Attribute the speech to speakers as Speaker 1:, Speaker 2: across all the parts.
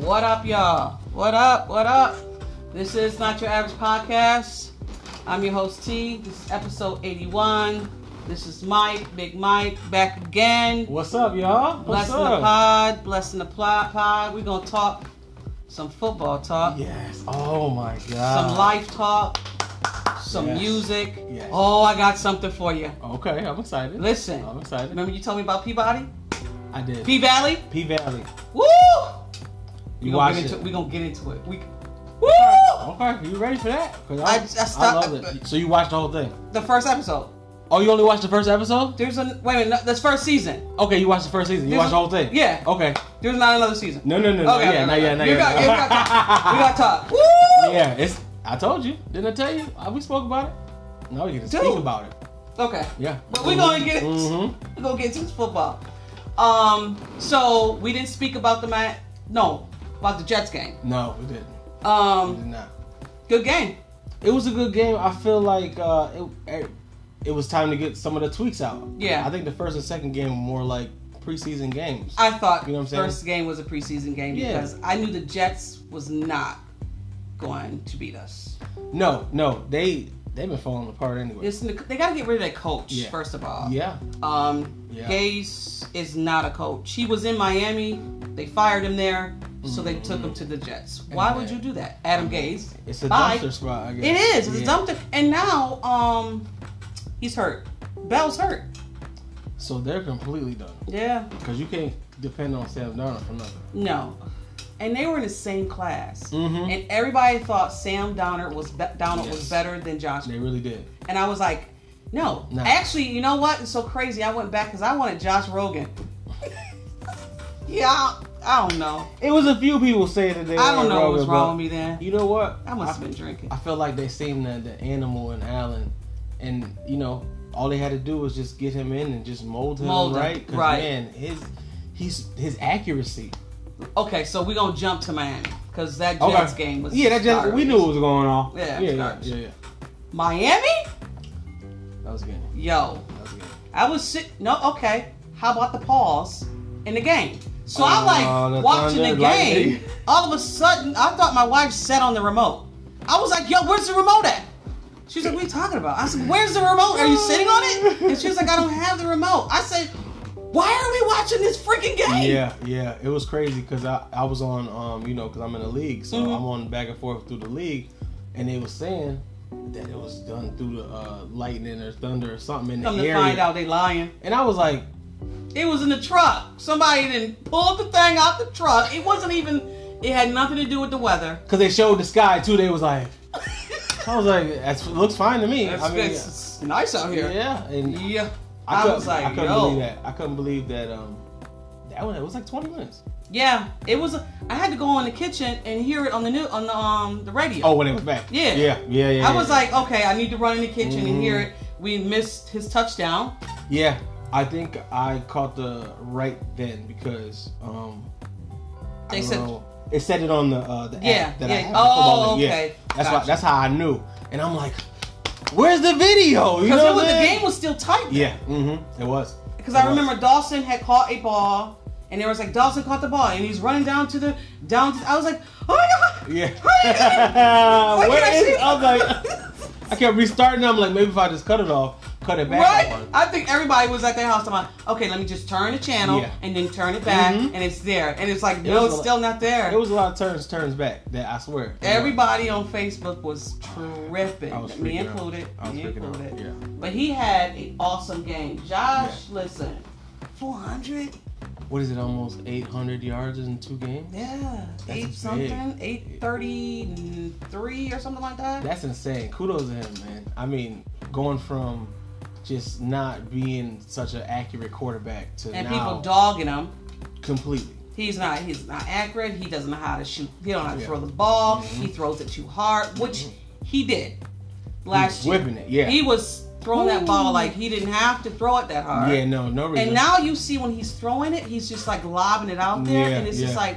Speaker 1: What up, y'all? What up? What up? This is Not Your Average Podcast. I'm your host, T. This is episode 81. This is Mike, Big Mike, back again.
Speaker 2: What's up, y'all? What's
Speaker 1: Blessing the
Speaker 2: up?
Speaker 1: pod, blessing the plot pod. We're going to talk some football talk,
Speaker 2: Yes. Oh my God.
Speaker 1: some life talk, some
Speaker 2: Yes.
Speaker 1: music.
Speaker 2: Yes.
Speaker 1: Oh, I got something for you.
Speaker 2: Okay, I'm excited.
Speaker 1: Listen,
Speaker 2: I'm excited.
Speaker 1: remember you told me about Peabody?
Speaker 2: I did.
Speaker 1: P
Speaker 2: P,
Speaker 1: Valley?
Speaker 2: Valley.
Speaker 1: Woo! We're
Speaker 2: You
Speaker 1: gonna,
Speaker 2: watch
Speaker 1: get into,
Speaker 2: it.
Speaker 1: we gonna get into it. We, woo!
Speaker 2: Okay, you ready for that? 'Cause
Speaker 1: I-
Speaker 2: I,
Speaker 1: I stopped-
Speaker 2: loved it. So you watched the whole thing?
Speaker 1: The first episode.
Speaker 2: Oh, you only watched the first episode?
Speaker 1: There's a wait a minute. no, This first season.
Speaker 2: Okay, you watched the first season. You
Speaker 1: There's
Speaker 2: watched the
Speaker 1: a-
Speaker 2: whole thing?
Speaker 1: yeah.
Speaker 2: Okay.
Speaker 1: There's not another season.
Speaker 2: No, no, no, no.
Speaker 1: Okay,
Speaker 2: yeah,
Speaker 1: okay,
Speaker 2: not
Speaker 1: okay.
Speaker 2: yet, not
Speaker 1: You
Speaker 2: yet.
Speaker 1: got- you got time. We got talk. Woo!
Speaker 2: yeah, it's. I told you. Didn't I tell you? Uh, We spoke about it. No, we get to
Speaker 1: Dude.
Speaker 2: speak about it.
Speaker 1: Okay.
Speaker 2: Yeah.
Speaker 1: But we're gonna get
Speaker 2: Mhm.
Speaker 1: we're gonna get to this football. Um. So we didn't speak about the mat. No, about the Jets game.
Speaker 2: No, we didn't. We did
Speaker 1: Um.
Speaker 2: not.
Speaker 1: Good game.
Speaker 2: it was a good game. I feel like uh, it, it it was time to get some of the tweaks out.
Speaker 1: Yeah.
Speaker 2: I think the first and second game were more like preseason games.
Speaker 1: I thought
Speaker 2: You know what I'm saying?
Speaker 1: first game was a preseason game
Speaker 2: Yeah.
Speaker 1: because I knew the Jets was not going to beat us.
Speaker 2: no, no, they they've been falling apart anyway.
Speaker 1: It's, uh, they got to get rid of that coach
Speaker 2: Yeah.
Speaker 1: first of all.
Speaker 2: yeah,
Speaker 1: Um,
Speaker 2: Yeah.
Speaker 1: Gase is not a coach. He was in Miami. They fired him there, so they took him to the Jets. Why would
Speaker 2: man.
Speaker 1: you do that, Adam Gase?
Speaker 2: Mm-hmm. it's a
Speaker 1: Bye.
Speaker 2: dumpster spot. I guess
Speaker 1: It is. It's
Speaker 2: Yeah.
Speaker 1: a dumpster. And now, um, he's hurt. Bell's hurt.
Speaker 2: So they're completely done
Speaker 1: Yeah.
Speaker 2: because you can't depend on Sam Darnold for nothing.
Speaker 1: No. And they were in the same class,
Speaker 2: Mhm.
Speaker 1: and everybody thought Sam Donner was be- Donald was
Speaker 2: Yes.
Speaker 1: better than Josh.
Speaker 2: They really did.
Speaker 1: And I was like, no.
Speaker 2: No.
Speaker 1: Actually, you know what? It's so crazy. I went back because I wanted Josh Rogan. yeah, I, I don't know.
Speaker 2: It was a few people saying that they.
Speaker 1: I don't
Speaker 2: were
Speaker 1: know what was
Speaker 2: Rogan,
Speaker 1: wrong
Speaker 2: but
Speaker 1: with me then.
Speaker 2: You know what?
Speaker 1: I must have
Speaker 2: I-
Speaker 1: been drinking.
Speaker 2: I feel like they seen the, the animal in Allen, and you know all they had to do was just get him in and just mold him
Speaker 1: Mold him,
Speaker 2: right. 'Cause,
Speaker 1: right.
Speaker 2: Man, his he's his accuracy.
Speaker 1: Okay, so we're gonna jump to Miami because that
Speaker 2: Okay.
Speaker 1: Jets game was
Speaker 2: yeah, that just we
Speaker 1: garbage.
Speaker 2: knew what was going on.
Speaker 1: Yeah, it
Speaker 2: yeah,
Speaker 1: was
Speaker 2: yeah,
Speaker 1: garbage.
Speaker 2: yeah, yeah.
Speaker 1: Miami.
Speaker 2: That was good.
Speaker 1: Yo,
Speaker 2: That was good.
Speaker 1: I was sit. No, okay. How about the pause in the game? So I'm
Speaker 2: Oh,
Speaker 1: like
Speaker 2: the
Speaker 1: watching the
Speaker 2: thunder,
Speaker 1: game.
Speaker 2: lightning.
Speaker 1: All of a sudden, I thought my wife sat on the remote. I was like, "Yo, where's the remote at?" She's like, "What are you talking about?" I said, "Where's the remote? Are you sitting on it?" And she was like, "I don't have the remote." I said, "Why are we watching this freaking game?"
Speaker 2: Yeah, yeah, it was crazy because I, I was on um you know because I'm in the league so
Speaker 1: Mhm.
Speaker 2: I'm on back and forth through the league, and they was saying that it was done through the uh, lightning or thunder or something in the
Speaker 1: Come to
Speaker 2: area,
Speaker 1: find out, they lying.
Speaker 2: and I was like,
Speaker 1: It was in the truck. Somebody didn't pull the thing out the truck. It wasn't even. It had nothing to do with the weather.
Speaker 2: because they showed the sky too, they was like. I was like, that looks fine to me.
Speaker 1: It's,
Speaker 2: I mean,
Speaker 1: it's- it's nice out here.
Speaker 2: yeah, and
Speaker 1: Yeah.
Speaker 2: I,
Speaker 1: I,
Speaker 2: couldn't-
Speaker 1: was like,
Speaker 2: I couldn't
Speaker 1: yo.
Speaker 2: believe that. I couldn't believe that. Um, that was it was like twenty minutes.
Speaker 1: Yeah, it was. I had to go in the kitchen and hear it on the new on the um the radio.
Speaker 2: Oh, when it was back.
Speaker 1: Yeah.
Speaker 2: yeah, yeah, yeah.
Speaker 1: I was
Speaker 2: yeah.
Speaker 1: like, okay, I need to run in the kitchen and
Speaker 2: Mhm.
Speaker 1: hear it. We missed his touchdown.
Speaker 2: yeah. I think I caught the right then because um, I
Speaker 1: They
Speaker 2: don't
Speaker 1: said-
Speaker 2: know. it said it on the uh, the
Speaker 1: Yeah,
Speaker 2: app that I
Speaker 1: yeah.
Speaker 2: have.
Speaker 1: Oh,
Speaker 2: Football League,
Speaker 1: okay.
Speaker 2: Yeah. That's
Speaker 1: Gotcha.
Speaker 2: why. That's how I knew. And I'm like, where's the video? You
Speaker 1: Because
Speaker 2: know
Speaker 1: the
Speaker 2: what I'm saying?
Speaker 1: game was still tight.
Speaker 2: Yeah, mm-hmm. It was.
Speaker 1: Because
Speaker 2: It
Speaker 1: I
Speaker 2: was.
Speaker 1: remember Dawson had caught a ball, and there was like Dawson caught the ball, and he's running down to the down. To, I was like, oh my god.
Speaker 2: Yeah.
Speaker 1: Why
Speaker 2: Where
Speaker 1: can't I
Speaker 2: is
Speaker 1: see
Speaker 2: it? I'm like, I kept restarting. I'm like, maybe if I just cut it off, cut it back.
Speaker 1: Right?
Speaker 2: on.
Speaker 1: I think everybody was at their house talking about, okay, let me just turn the channel
Speaker 2: Yeah.
Speaker 1: and then turn it back,
Speaker 2: Mhm.
Speaker 1: and it's there. And it's like, no,
Speaker 2: was
Speaker 1: it's
Speaker 2: a-
Speaker 1: still not there.
Speaker 2: It was a lot of turns, turns back. That I swear.
Speaker 1: Everybody on Facebook was tripping,
Speaker 2: I was
Speaker 1: me
Speaker 2: freaking out.
Speaker 1: included.
Speaker 2: I was
Speaker 1: me
Speaker 2: freaking out,
Speaker 1: included.
Speaker 2: yeah.
Speaker 1: But he had an awesome game. Josh, listen, 400.
Speaker 2: What is it? Almost 800 yards in two games.
Speaker 1: Yeah,
Speaker 2: That's
Speaker 1: eight
Speaker 2: big.
Speaker 1: something, eight thirty-three or something like that.
Speaker 2: That's insane. Kudos to him, man. I mean, going from just not being such an accurate quarterback to
Speaker 1: and
Speaker 2: now
Speaker 1: people dogging him.
Speaker 2: completely.
Speaker 1: He's not. He's not accurate. He doesn't know how to shoot. He don't know how to
Speaker 2: Yeah. Mm-hmm.
Speaker 1: throw the ball. He throws it too hard, which he did last
Speaker 2: He's
Speaker 1: year.
Speaker 2: whipping it. Yeah.
Speaker 1: He was throwing that ball like he didn't have to throw it that hard.
Speaker 2: Yeah. No. No reason.
Speaker 1: And now you see when he's throwing it, he's just like lobbing it out there,
Speaker 2: Yeah,
Speaker 1: and it's just
Speaker 2: yeah.
Speaker 1: like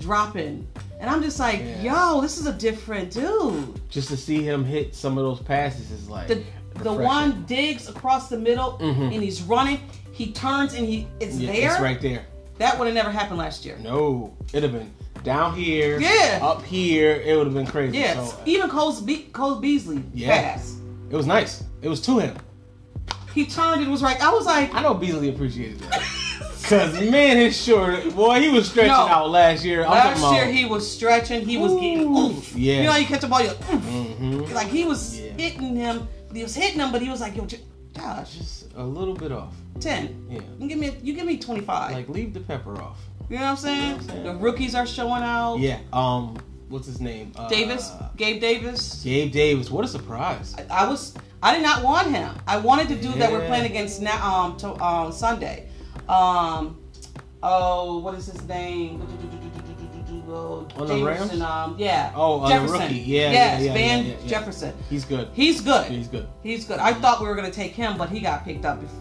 Speaker 1: dropping. And I'm just like,
Speaker 2: Yeah.
Speaker 1: yo, this is a different dude.
Speaker 2: just to see him hit some of those passes is like
Speaker 1: The the
Speaker 2: refreshing.
Speaker 1: one digs across the middle,
Speaker 2: Mhm.
Speaker 1: and he's running. He turns and he it's
Speaker 2: Yeah,
Speaker 1: there.
Speaker 2: It's right there.
Speaker 1: That would have never happened last year.
Speaker 2: No, it'd have been. down here,
Speaker 1: Yeah.
Speaker 2: up here. It would have been crazy.
Speaker 1: Yeah,
Speaker 2: So, uh,
Speaker 1: even Cole, Be- Cole Beasley
Speaker 2: Yeah.
Speaker 1: passed.
Speaker 2: it was nice. It was to him.
Speaker 1: He turned and was like, I was like,
Speaker 2: I know Beasley appreciated that. Cause man, his short boy, he was stretching
Speaker 1: No.
Speaker 2: out last year. I'm
Speaker 1: last
Speaker 2: talking
Speaker 1: year
Speaker 2: about-
Speaker 1: he was stretching, he was getting
Speaker 2: Ooh.
Speaker 1: oof.
Speaker 2: Yeah.
Speaker 1: You know, how you catch the ball, you're like, oof.
Speaker 2: Mhm.
Speaker 1: Like he was
Speaker 2: Yeah.
Speaker 1: hitting him, he was hitting him, but he was like, yo, J- Josh,
Speaker 2: just a little bit off.
Speaker 1: ten.
Speaker 2: Yeah,
Speaker 1: You give me, you give me twenty five.
Speaker 2: like leave the pepper off.
Speaker 1: you know what I'm saying?
Speaker 2: I'm saying?
Speaker 1: The rookies are showing out.
Speaker 2: Yeah. Um, what's his name? Uh,
Speaker 1: Oh. Davis, Gabe Davis.
Speaker 2: Gabe Davis. What a surprise.
Speaker 1: I, I was, I did not want him. I wanted the dude that we're
Speaker 2: Yeah.
Speaker 1: playing against now, um, to, um, Sunday. Um, oh, what is his name? Oh,
Speaker 2: On the
Speaker 1: Jameson,
Speaker 2: Rams?
Speaker 1: Um, yeah.
Speaker 2: Oh, on the
Speaker 1: Jefferson.
Speaker 2: rookie. Yeah,
Speaker 1: Yes,
Speaker 2: yeah, yeah,
Speaker 1: Van
Speaker 2: yeah, yeah, yeah.
Speaker 1: Jefferson.
Speaker 2: He's good.
Speaker 1: He's good.
Speaker 2: He's good.
Speaker 1: He's good. I thought we were gonna take him, but he got picked up. Before,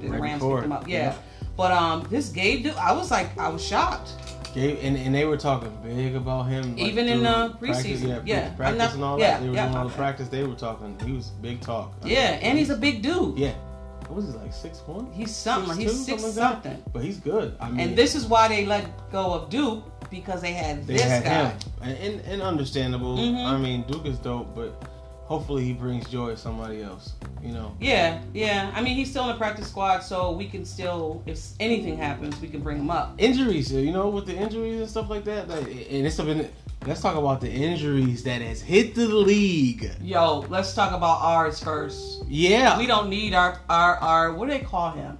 Speaker 1: the
Speaker 2: Right
Speaker 1: Rams
Speaker 2: before.
Speaker 1: picked him up. Yeah.
Speaker 2: Yeah.
Speaker 1: But um, this Gabe dude, I was like, I was shocked.
Speaker 2: Gabe and, and they were talking big about him. like,
Speaker 1: Even in,
Speaker 2: through
Speaker 1: uh,
Speaker 2: practice-
Speaker 1: preseason.
Speaker 2: Yeah, pre-
Speaker 1: Yeah, I'm
Speaker 2: practice
Speaker 1: not-
Speaker 2: and all
Speaker 1: yeah,
Speaker 2: that. They were
Speaker 1: yeah,
Speaker 2: doing all
Speaker 1: my
Speaker 2: the
Speaker 1: bad.
Speaker 2: practice. They were talking. He was big talk. I mean,
Speaker 1: Yeah, and he's a big dude.
Speaker 2: yeah. What was he like? Six one.
Speaker 1: He's something. like he's six something.
Speaker 2: But he's good. I mean,
Speaker 1: And this is why they let go of Duke because they had
Speaker 2: they
Speaker 1: this
Speaker 2: had
Speaker 1: guy.
Speaker 2: him, and, and, and understandable.
Speaker 1: Mhm.
Speaker 2: I mean, Duke is dope, but hopefully he brings joy to somebody else. You know.
Speaker 1: Yeah, yeah. I mean, he's still in the practice squad, so we can still, if anything happens, we can bring him up.
Speaker 2: injuries, you know, with the injuries and stuff like that. Like, and it's been. Let's talk about the injuries that has hit the league.
Speaker 1: Yo, let's talk about ours first.
Speaker 2: Yeah,
Speaker 1: We don't need our our our what do they call him?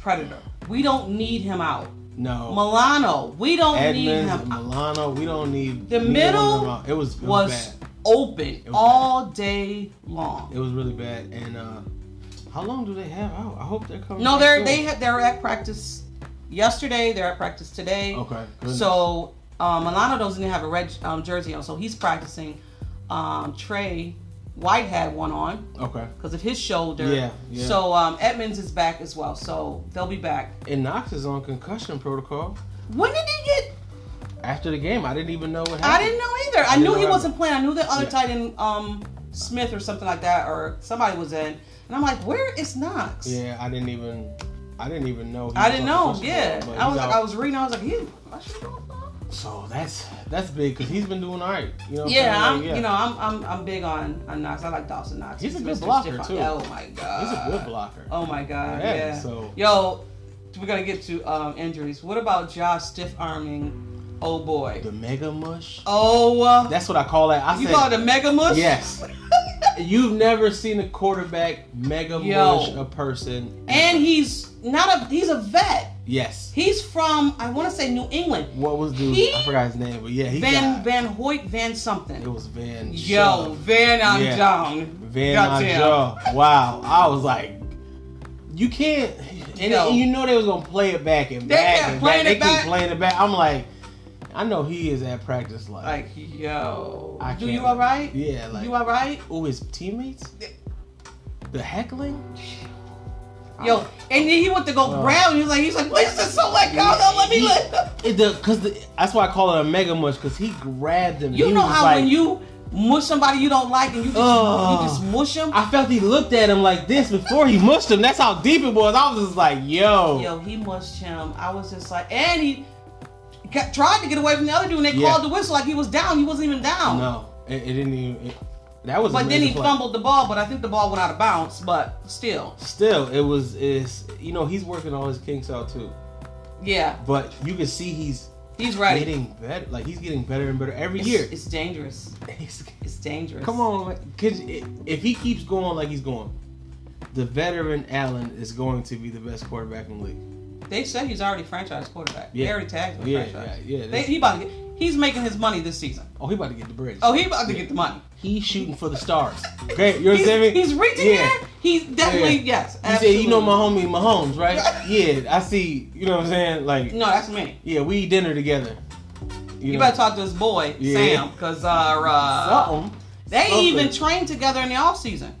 Speaker 1: Predator. We don't need him out.
Speaker 2: no.
Speaker 1: Milano. We don't need
Speaker 2: Edmonds,
Speaker 1: him. out.
Speaker 2: Milano. We don't need
Speaker 1: The
Speaker 2: neither one
Speaker 1: middle
Speaker 2: of them out. It was it was,
Speaker 1: Was
Speaker 2: bad.
Speaker 1: open
Speaker 2: was
Speaker 1: all day long.
Speaker 2: It was really bad. And uh, how long do they have out? I hope they're coming.
Speaker 1: No,
Speaker 2: back
Speaker 1: they're
Speaker 2: soon.
Speaker 1: they had they're at practice yesterday. They're at practice today.
Speaker 2: Okay. goodness.
Speaker 1: So um, Milano doesn't have a red um, jersey on, so he's practicing. Um, Trey White had one on
Speaker 2: okay.
Speaker 1: because of his shoulder.
Speaker 2: Yeah, yeah.
Speaker 1: So um, Edmonds is back as well, so they'll be back.
Speaker 2: And Knox is on concussion protocol.
Speaker 1: When did he get?
Speaker 2: After the game, I didn't even know what happened.
Speaker 1: I didn't know either. I,
Speaker 2: didn't
Speaker 1: knew
Speaker 2: know
Speaker 1: he
Speaker 2: either.
Speaker 1: wasn't playing. I knew the other
Speaker 2: Yeah.
Speaker 1: tight end, um, Smith or something like that, or somebody was in, and I'm like, where is Knox?
Speaker 2: Yeah, I didn't even. I didn't even know. he
Speaker 1: I
Speaker 2: was
Speaker 1: didn't
Speaker 2: on
Speaker 1: know.
Speaker 2: concussion
Speaker 1: Yeah,
Speaker 2: protocol, but
Speaker 1: I
Speaker 2: he's
Speaker 1: was like,
Speaker 2: out.
Speaker 1: I was reading. I was like, he. I should go now?
Speaker 2: So that's that's big because he's been doing all right. You know. what
Speaker 1: Yeah,
Speaker 2: I'm
Speaker 1: I'm,
Speaker 2: saying? Like,
Speaker 1: you know, I'm, I'm, I'm big on, on Knox. I like Dawson Knox.
Speaker 2: He's a good
Speaker 1: Mr.
Speaker 2: blocker,
Speaker 1: Stephon-
Speaker 2: too.
Speaker 1: Oh my god.
Speaker 2: he's a good blocker.
Speaker 1: Oh my god. Yeah.
Speaker 2: Yeah, so-
Speaker 1: Yo, we're gonna get to um, injuries. What about Josh stiff arming? Oh boy.
Speaker 2: The mega mush.
Speaker 1: Oh. Uh,
Speaker 2: That's what I call that. I
Speaker 1: you
Speaker 2: said,
Speaker 1: call it a mega mush?
Speaker 2: Yes. You've never seen a quarterback mega
Speaker 1: Yo.
Speaker 2: mush a person.
Speaker 1: and he's not a. He's a vet.
Speaker 2: yes.
Speaker 1: He's from I want to say New England.
Speaker 2: What was dude?
Speaker 1: He-
Speaker 2: I forgot his name, but yeah, he
Speaker 1: Van
Speaker 2: got.
Speaker 1: Van Hoyt Van
Speaker 2: it
Speaker 1: something.
Speaker 2: was Van.
Speaker 1: Yo,
Speaker 2: Shove.
Speaker 1: Van I'm
Speaker 2: Yeah.
Speaker 1: down.
Speaker 2: Van
Speaker 1: Goddamn.
Speaker 2: Najah. Wow, I was like, you can't. And,
Speaker 1: Yo.
Speaker 2: and you know they was gonna play it back and
Speaker 1: They
Speaker 2: back
Speaker 1: kept
Speaker 2: and
Speaker 1: playing
Speaker 2: back. They
Speaker 1: it
Speaker 2: keep
Speaker 1: back.
Speaker 2: playing it back. I'm like, I know he is at practice like.
Speaker 1: Like yo,
Speaker 2: I
Speaker 1: do you
Speaker 2: can't-
Speaker 1: all right?
Speaker 2: Yeah, like
Speaker 1: you all right?
Speaker 2: Oh, his teammates? The heckling?
Speaker 1: Yo, and then he went to go
Speaker 2: Uh.
Speaker 1: grab. He was like, he's like, please just don't let go. Don't let me
Speaker 2: He-
Speaker 1: let.
Speaker 2: It, the, cause the, that's why I call it a mega mush, cause he grabbed him.
Speaker 1: You
Speaker 2: He
Speaker 1: know
Speaker 2: was
Speaker 1: how
Speaker 2: like-
Speaker 1: when you mush somebody you don't like and you just,
Speaker 2: Ugh.
Speaker 1: you just mush them.
Speaker 2: I felt he looked at him like this before he mushed him. That's how deep it was. I was just like, yo.
Speaker 1: Yo, he mushed him. I was just like, and he got, tried to get away from the other dude. and They
Speaker 2: Yeah.
Speaker 1: called the whistle like he was down. He wasn't even down.
Speaker 2: No, it, it didn't even. It, that was. a
Speaker 1: But then
Speaker 2: major
Speaker 1: he
Speaker 2: play.
Speaker 1: fumbled the ball. But I think the ball went out of bounds. But still,
Speaker 2: Still, it was. Is you know he's working all his kinks out too,
Speaker 1: yeah,
Speaker 2: but you can see he's
Speaker 1: he's right.
Speaker 2: getting better. Like he's getting better and better every
Speaker 1: it's,
Speaker 2: year.
Speaker 1: it's dangerous. It's dangerous.
Speaker 2: Come on, like, cause i- if he keeps going like he's going, the veteran Allen is going to be the best quarterback in the league.
Speaker 1: They said he's already franchise quarterback.
Speaker 2: Yeah.
Speaker 1: They already tagged him
Speaker 2: Yeah,
Speaker 1: franchise.
Speaker 2: yeah, yeah,
Speaker 1: They,
Speaker 2: that's-
Speaker 1: he about to get, he's making his money this season.
Speaker 2: Oh, he about to get the bridge.
Speaker 1: Oh, he about to get the money.
Speaker 2: He's shooting for the stars. Great, you
Speaker 1: he's,
Speaker 2: understand me?
Speaker 1: he's reaching
Speaker 2: yeah.
Speaker 1: there. He's definitely yes.
Speaker 2: He said, "You know my
Speaker 1: absolutely.
Speaker 2: homie Mahomes, right? yeah, I see. You know what I'm saying? Like,
Speaker 1: No, that's me.
Speaker 2: yeah, we eat dinner together.
Speaker 1: You,
Speaker 2: know,
Speaker 1: better talk to this boy
Speaker 2: Yeah.
Speaker 1: Sam because uh, uh,
Speaker 2: something.
Speaker 1: they
Speaker 2: something.
Speaker 1: even trained together in the off season.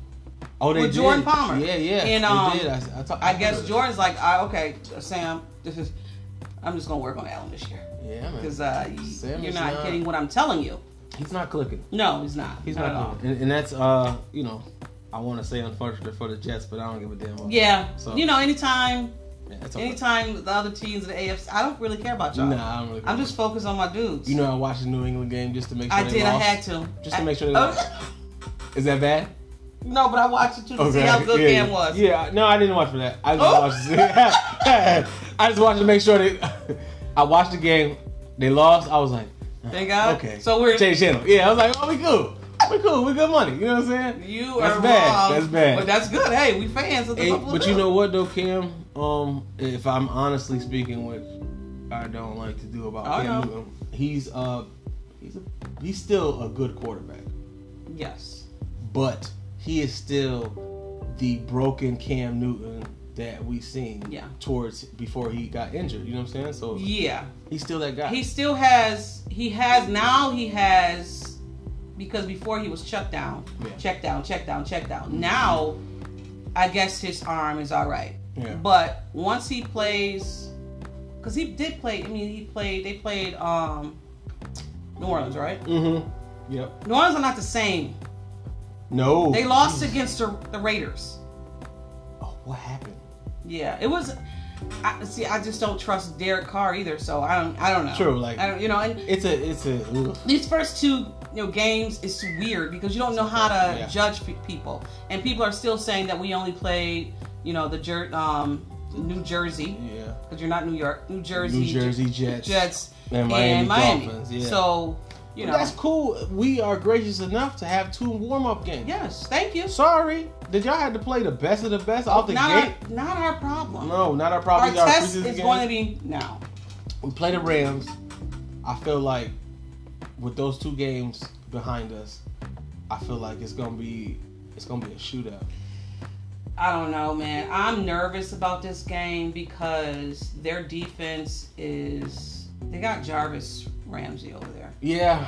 Speaker 2: oh, they
Speaker 1: with Jordan
Speaker 2: did.
Speaker 1: Palmer.
Speaker 2: Yeah, yeah.
Speaker 1: And,
Speaker 2: they
Speaker 1: um,
Speaker 2: did. I, I, talk-
Speaker 1: I guess Jordan's like, I, okay, Sam, this is. I'm just gonna work on Allen this year
Speaker 2: Yeah, man.
Speaker 1: because uh, y-
Speaker 2: Sam
Speaker 1: you're
Speaker 2: is
Speaker 1: not
Speaker 2: not-
Speaker 1: getting what I'm telling you.
Speaker 2: He's not clicking.
Speaker 1: No, he's not.
Speaker 2: He's
Speaker 1: at all.
Speaker 2: not clicking. And, and that's uh, you know, I want to say unfortunate for the Jets, but I don't give a damn. about
Speaker 1: Yeah.
Speaker 2: So-
Speaker 1: You know, anytime
Speaker 2: Yeah, it's okay.
Speaker 1: Anytime the other teams in the AFC, I don't really care about y'all.
Speaker 2: Nah, I don't really.
Speaker 1: I'm just focused on my dudes.
Speaker 2: You know, I watched the New England game just to make sure
Speaker 1: I
Speaker 2: they
Speaker 1: did.
Speaker 2: lost.
Speaker 1: I had to.
Speaker 2: Just to
Speaker 1: I-
Speaker 2: make sure they lost. Is that bad?
Speaker 1: no, but I watched it too to see how good
Speaker 2: yeah,
Speaker 1: Cam
Speaker 2: yeah.
Speaker 1: was.
Speaker 2: Yeah, no, I didn't watch for that. I just
Speaker 1: Oh.
Speaker 2: watched. To see. I just watched to make sure that I watched the game. They lost. I was like,
Speaker 1: Thank God.
Speaker 2: okay.
Speaker 1: So we're
Speaker 2: change channel. Yeah, I was like, oh, we cool. We cool. We good money. You know what I'm saying?
Speaker 1: you
Speaker 2: That's
Speaker 1: are
Speaker 2: bad.
Speaker 1: wrong.
Speaker 2: That's bad.
Speaker 1: But that's good. Hey, we fans of the
Speaker 2: Hey,
Speaker 1: football
Speaker 2: but you
Speaker 1: team.
Speaker 2: know what though, Cam? Um, if I'm honestly speaking, which I don't like to do about
Speaker 1: I know.
Speaker 2: Cam Newton, he's uh, he's a, he's still a good quarterback,
Speaker 1: Yes.
Speaker 2: but he is still the broken Cam Newton that we seen
Speaker 1: Yeah.
Speaker 2: towards before he got injured. You know what I'm saying? So
Speaker 1: Yeah.
Speaker 2: he's still that guy.
Speaker 1: He still has. He has now. He has because before he was check down,
Speaker 2: Yeah.
Speaker 1: check down, check down, check down. Now, I guess his arm is all right.
Speaker 2: Yeah.
Speaker 1: But once he plays, because he did play. I mean, he played. They played um, New Orleans, right?
Speaker 2: mm-hmm. Yep.
Speaker 1: New Orleans are not the same.
Speaker 2: No.
Speaker 1: They lost against the, the Raiders.
Speaker 2: Oh, what happened?
Speaker 1: Yeah, it was. I, see, I just don't trust Derek Carr either, so I don't. I don't know.
Speaker 2: True, like-
Speaker 1: I don't, you know, and
Speaker 2: It's a it's a ugh.
Speaker 1: these first two you know games is weird because you don't know how to
Speaker 2: Yeah.
Speaker 1: judge pe- people and people are still saying that we only played you know the jer- um New Jersey
Speaker 2: yeah.
Speaker 1: because you're not New York New Jersey
Speaker 2: New
Speaker 1: J-
Speaker 2: Jersey Jets.
Speaker 1: Jets
Speaker 2: and
Speaker 1: and
Speaker 2: Miami
Speaker 1: Miami,
Speaker 2: Dolphins, yeah.
Speaker 1: so you know
Speaker 2: That's cool. We are gracious enough to have two warm up games.
Speaker 1: yes thank you
Speaker 2: Sorry, did y'all have to play the best of the best off the
Speaker 1: Oh, not
Speaker 2: gate?
Speaker 1: our, not our problem
Speaker 2: No, not our
Speaker 1: our
Speaker 2: problem. These are
Speaker 1: test
Speaker 2: preseason
Speaker 1: is
Speaker 2: games.
Speaker 1: going to be now
Speaker 2: we play the Rams. I feel like with those two games behind us, I feel like it's gonna be it's gonna be a shootout.
Speaker 1: I don't know man I'm nervous about this game because their defense is they got Jarvis Ramsey over there
Speaker 2: Yeah,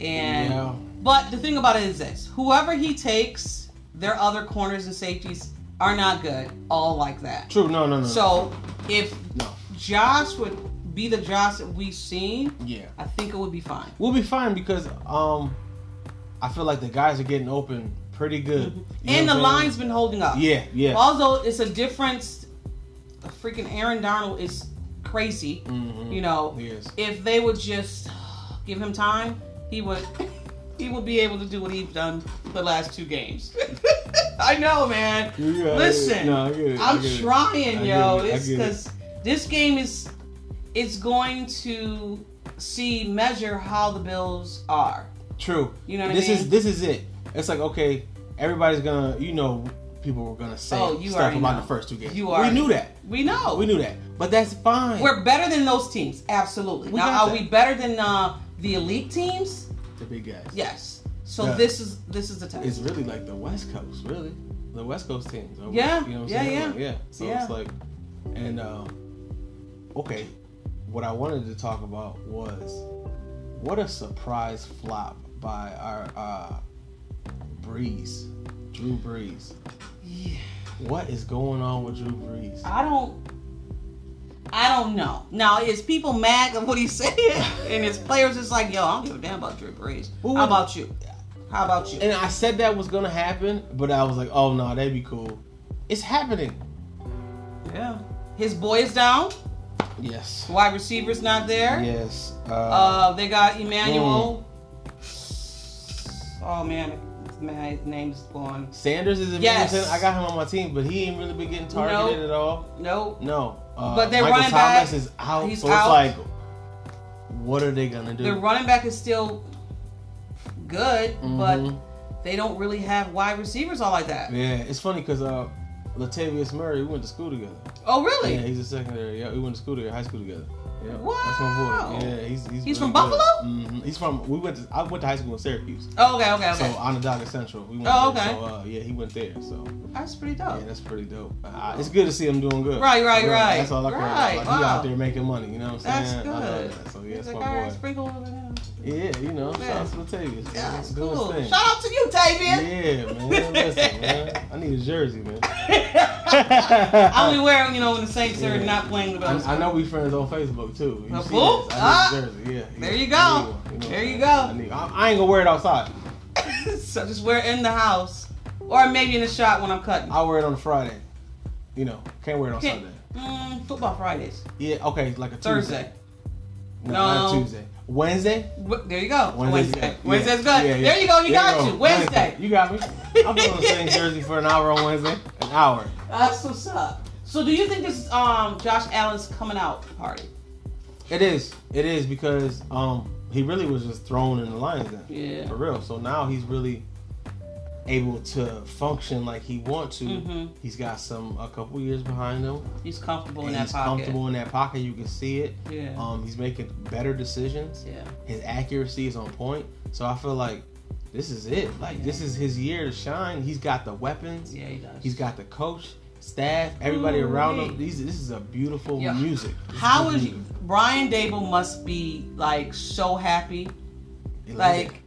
Speaker 1: And
Speaker 2: Yeah.
Speaker 1: but the thing about it is this: whoever he takes, their other corners and safeties are not good, all like that.
Speaker 2: true. No, no, no.
Speaker 1: So if
Speaker 2: no,
Speaker 1: Josh would be the Josh that we've seen,
Speaker 2: yeah,
Speaker 1: I think it would be fine.
Speaker 2: we'll be fine because um, I feel like the guys are getting open pretty good. You
Speaker 1: and
Speaker 2: know
Speaker 1: the
Speaker 2: what I'm
Speaker 1: line's been holding up.
Speaker 2: saying? Yeah, yeah.
Speaker 1: Although it's a difference, the freaking Aaron Donald is crazy.
Speaker 2: Mhm.
Speaker 1: You know,
Speaker 2: He is.
Speaker 1: if they would just give him time, he would he would be able to do what he's done the last two games. I know, man.
Speaker 2: You got it.
Speaker 1: Listen,
Speaker 2: No, I get it. I
Speaker 1: am
Speaker 2: get it.
Speaker 1: trying,
Speaker 2: I
Speaker 1: yo.
Speaker 2: get it. I
Speaker 1: This
Speaker 2: get it.
Speaker 1: because this game is it's going to see measure how the Bills are.
Speaker 2: True.
Speaker 1: You know what I
Speaker 2: this
Speaker 1: mean?
Speaker 2: is this is it. It's like okay, everybody's gonna you know people were gonna say
Speaker 1: Oh, you
Speaker 2: stuff
Speaker 1: already
Speaker 2: about
Speaker 1: know.
Speaker 2: the first two games.
Speaker 1: You
Speaker 2: we
Speaker 1: already-
Speaker 2: knew that.
Speaker 1: We know.
Speaker 2: We knew that. But that's fine.
Speaker 1: We're better than those teams, absolutely.
Speaker 2: We got
Speaker 1: now, are
Speaker 2: that.
Speaker 1: we better than uh, the elite teams?
Speaker 2: the big guys.
Speaker 1: Yes. So
Speaker 2: Yeah.
Speaker 1: this is this is the test.
Speaker 2: It's really like the West Coast, really. The West Coast teams. are-
Speaker 1: Yeah,
Speaker 2: You know what I'm
Speaker 1: yeah,
Speaker 2: saying?
Speaker 1: yeah.
Speaker 2: Like, yeah. So
Speaker 1: Yeah.
Speaker 2: it's like and um okay. What I wanted to talk about was what a surprise flop by our uh Breeze. Drew Brees.
Speaker 1: yeah.
Speaker 2: What is going on with Drew Brees?
Speaker 1: I don't. I don't know. Now is people mad at what he said, and his players is like, "Yo, I don't give a damn about Drew Brees.
Speaker 2: Who
Speaker 1: How
Speaker 2: would-
Speaker 1: about you? How about you?"
Speaker 2: And I said that was gonna happen, but I was like, oh no, that'd be cool. It's happening.
Speaker 1: Yeah. His boy is down.
Speaker 2: Yes.
Speaker 1: Wide receiver's not there.
Speaker 2: Yes. Uh,
Speaker 1: Uh, they got Emmanuel.
Speaker 2: Mm.
Speaker 1: Oh man, my name's gone.
Speaker 2: Sanders is in
Speaker 1: yes.
Speaker 2: Middleton. I got him on my team, but he ain't really been getting targeted
Speaker 1: Nope.
Speaker 2: at all.
Speaker 1: Nope.
Speaker 2: No. Uh,
Speaker 1: But they're
Speaker 2: Michael
Speaker 1: running
Speaker 2: Thomas
Speaker 1: back.
Speaker 2: is out,
Speaker 1: He's
Speaker 2: so
Speaker 1: out.
Speaker 2: it's like, what are they gonna do?
Speaker 1: The running back is still good,
Speaker 2: Mhm.
Speaker 1: but they don't really have wide receivers all like that.
Speaker 2: yeah, it's funny because uh, Latavius Murray, we went to school together.
Speaker 1: Oh really?
Speaker 2: Yeah, he's a secondary. Yeah, we went to school together, high school together. Yeah, that's
Speaker 1: Wow.
Speaker 2: my boy. Yeah, he's
Speaker 1: He's
Speaker 2: he's, really
Speaker 1: from
Speaker 2: good.
Speaker 1: Buffalo?
Speaker 2: Mhm. He's from we went to I went to high school in Syracuse.
Speaker 1: Oh, okay, okay,
Speaker 2: So
Speaker 1: okay.
Speaker 2: Onondaga Central. We went
Speaker 1: Oh,
Speaker 2: there.
Speaker 1: okay.
Speaker 2: So uh, yeah, he went there. So
Speaker 1: That's pretty dope.
Speaker 2: yeah, that's pretty dope. Uh, it's good to see him doing good.
Speaker 1: Oh. Right, right,
Speaker 2: Really,
Speaker 1: right.
Speaker 2: That's all I care
Speaker 1: Right,
Speaker 2: about. Like, He out
Speaker 1: wow.
Speaker 2: there making money. You know what I'm
Speaker 1: That's
Speaker 2: saying? I love
Speaker 1: good.
Speaker 2: that. So
Speaker 1: He's
Speaker 2: yeah, that's
Speaker 1: like,
Speaker 2: my
Speaker 1: all right,
Speaker 2: boy.
Speaker 1: sprinkle over there.
Speaker 2: Yeah, you know, shout
Speaker 1: Yeah.
Speaker 2: out to Latavius.
Speaker 1: Yeah, that's
Speaker 2: doing his
Speaker 1: cool.
Speaker 2: thing.
Speaker 1: Shout out to you, David.
Speaker 2: Yeah, man. Listen, man. I need a jersey, man.
Speaker 1: I only wear them, you know, when the Saints are
Speaker 2: Yeah.
Speaker 1: not playing the Bills.
Speaker 2: I, I know we friends on Facebook too. You
Speaker 1: Uh,
Speaker 2: see
Speaker 1: boop.
Speaker 2: this.
Speaker 1: Ah.
Speaker 2: I need a jersey. Yeah.
Speaker 1: There
Speaker 2: yeah,
Speaker 1: you
Speaker 2: I
Speaker 1: go.
Speaker 2: need one. what
Speaker 1: There
Speaker 2: I'm
Speaker 1: you
Speaker 2: saying?
Speaker 1: go.
Speaker 2: I, need, I, I ain't gonna wear it outside.
Speaker 1: so just wear it in the house, or maybe in the shop when I'm cutting.
Speaker 2: I'll wear it on Friday. You know, can't wear it on
Speaker 1: Can't-
Speaker 2: Sunday.
Speaker 1: um football Fridays.
Speaker 2: Yeah, okay, like a Tuesday.
Speaker 1: Thursday.
Speaker 2: No, not a
Speaker 1: No.
Speaker 2: Tuesday. Wednesday?
Speaker 1: Wh- There you go.
Speaker 2: Wednesday's
Speaker 1: Wednesday.
Speaker 2: good.
Speaker 1: Wednesday's good.
Speaker 2: Yeah, yeah.
Speaker 1: There you go. You
Speaker 2: There
Speaker 1: got you. Wednesday.
Speaker 2: You got me. I'm going to St. Jersey for an hour on Wednesday. An hour.
Speaker 1: That's what's up. So, do you think this is um Josh Allen's coming out party?
Speaker 2: It is. It is because um he really was just thrown in the lion's den.
Speaker 1: Yeah.
Speaker 2: For real. So now he's really able to function like he wants to.
Speaker 1: Mhm.
Speaker 2: He's got some a couple years behind him.
Speaker 1: He's comfortable in
Speaker 2: and
Speaker 1: that
Speaker 2: he's
Speaker 1: pocket.
Speaker 2: comfortable in that pocket. You can see it.
Speaker 1: Yeah.
Speaker 2: Um, he's making better decisions.
Speaker 1: yeah.
Speaker 2: His accuracy is on point. So I feel like this is it. Like this is his year to shine. He's got the weapons.
Speaker 1: Yeah, he does.
Speaker 2: He's got the coach, staff, everybody around him.
Speaker 1: Ooh-wee.
Speaker 2: These this is a beautiful
Speaker 1: Mm. Yeah.
Speaker 2: music. This
Speaker 1: How
Speaker 2: good
Speaker 1: is
Speaker 2: music.
Speaker 1: Brian Dable must be like so happy,
Speaker 2: He loves it.
Speaker 1: like.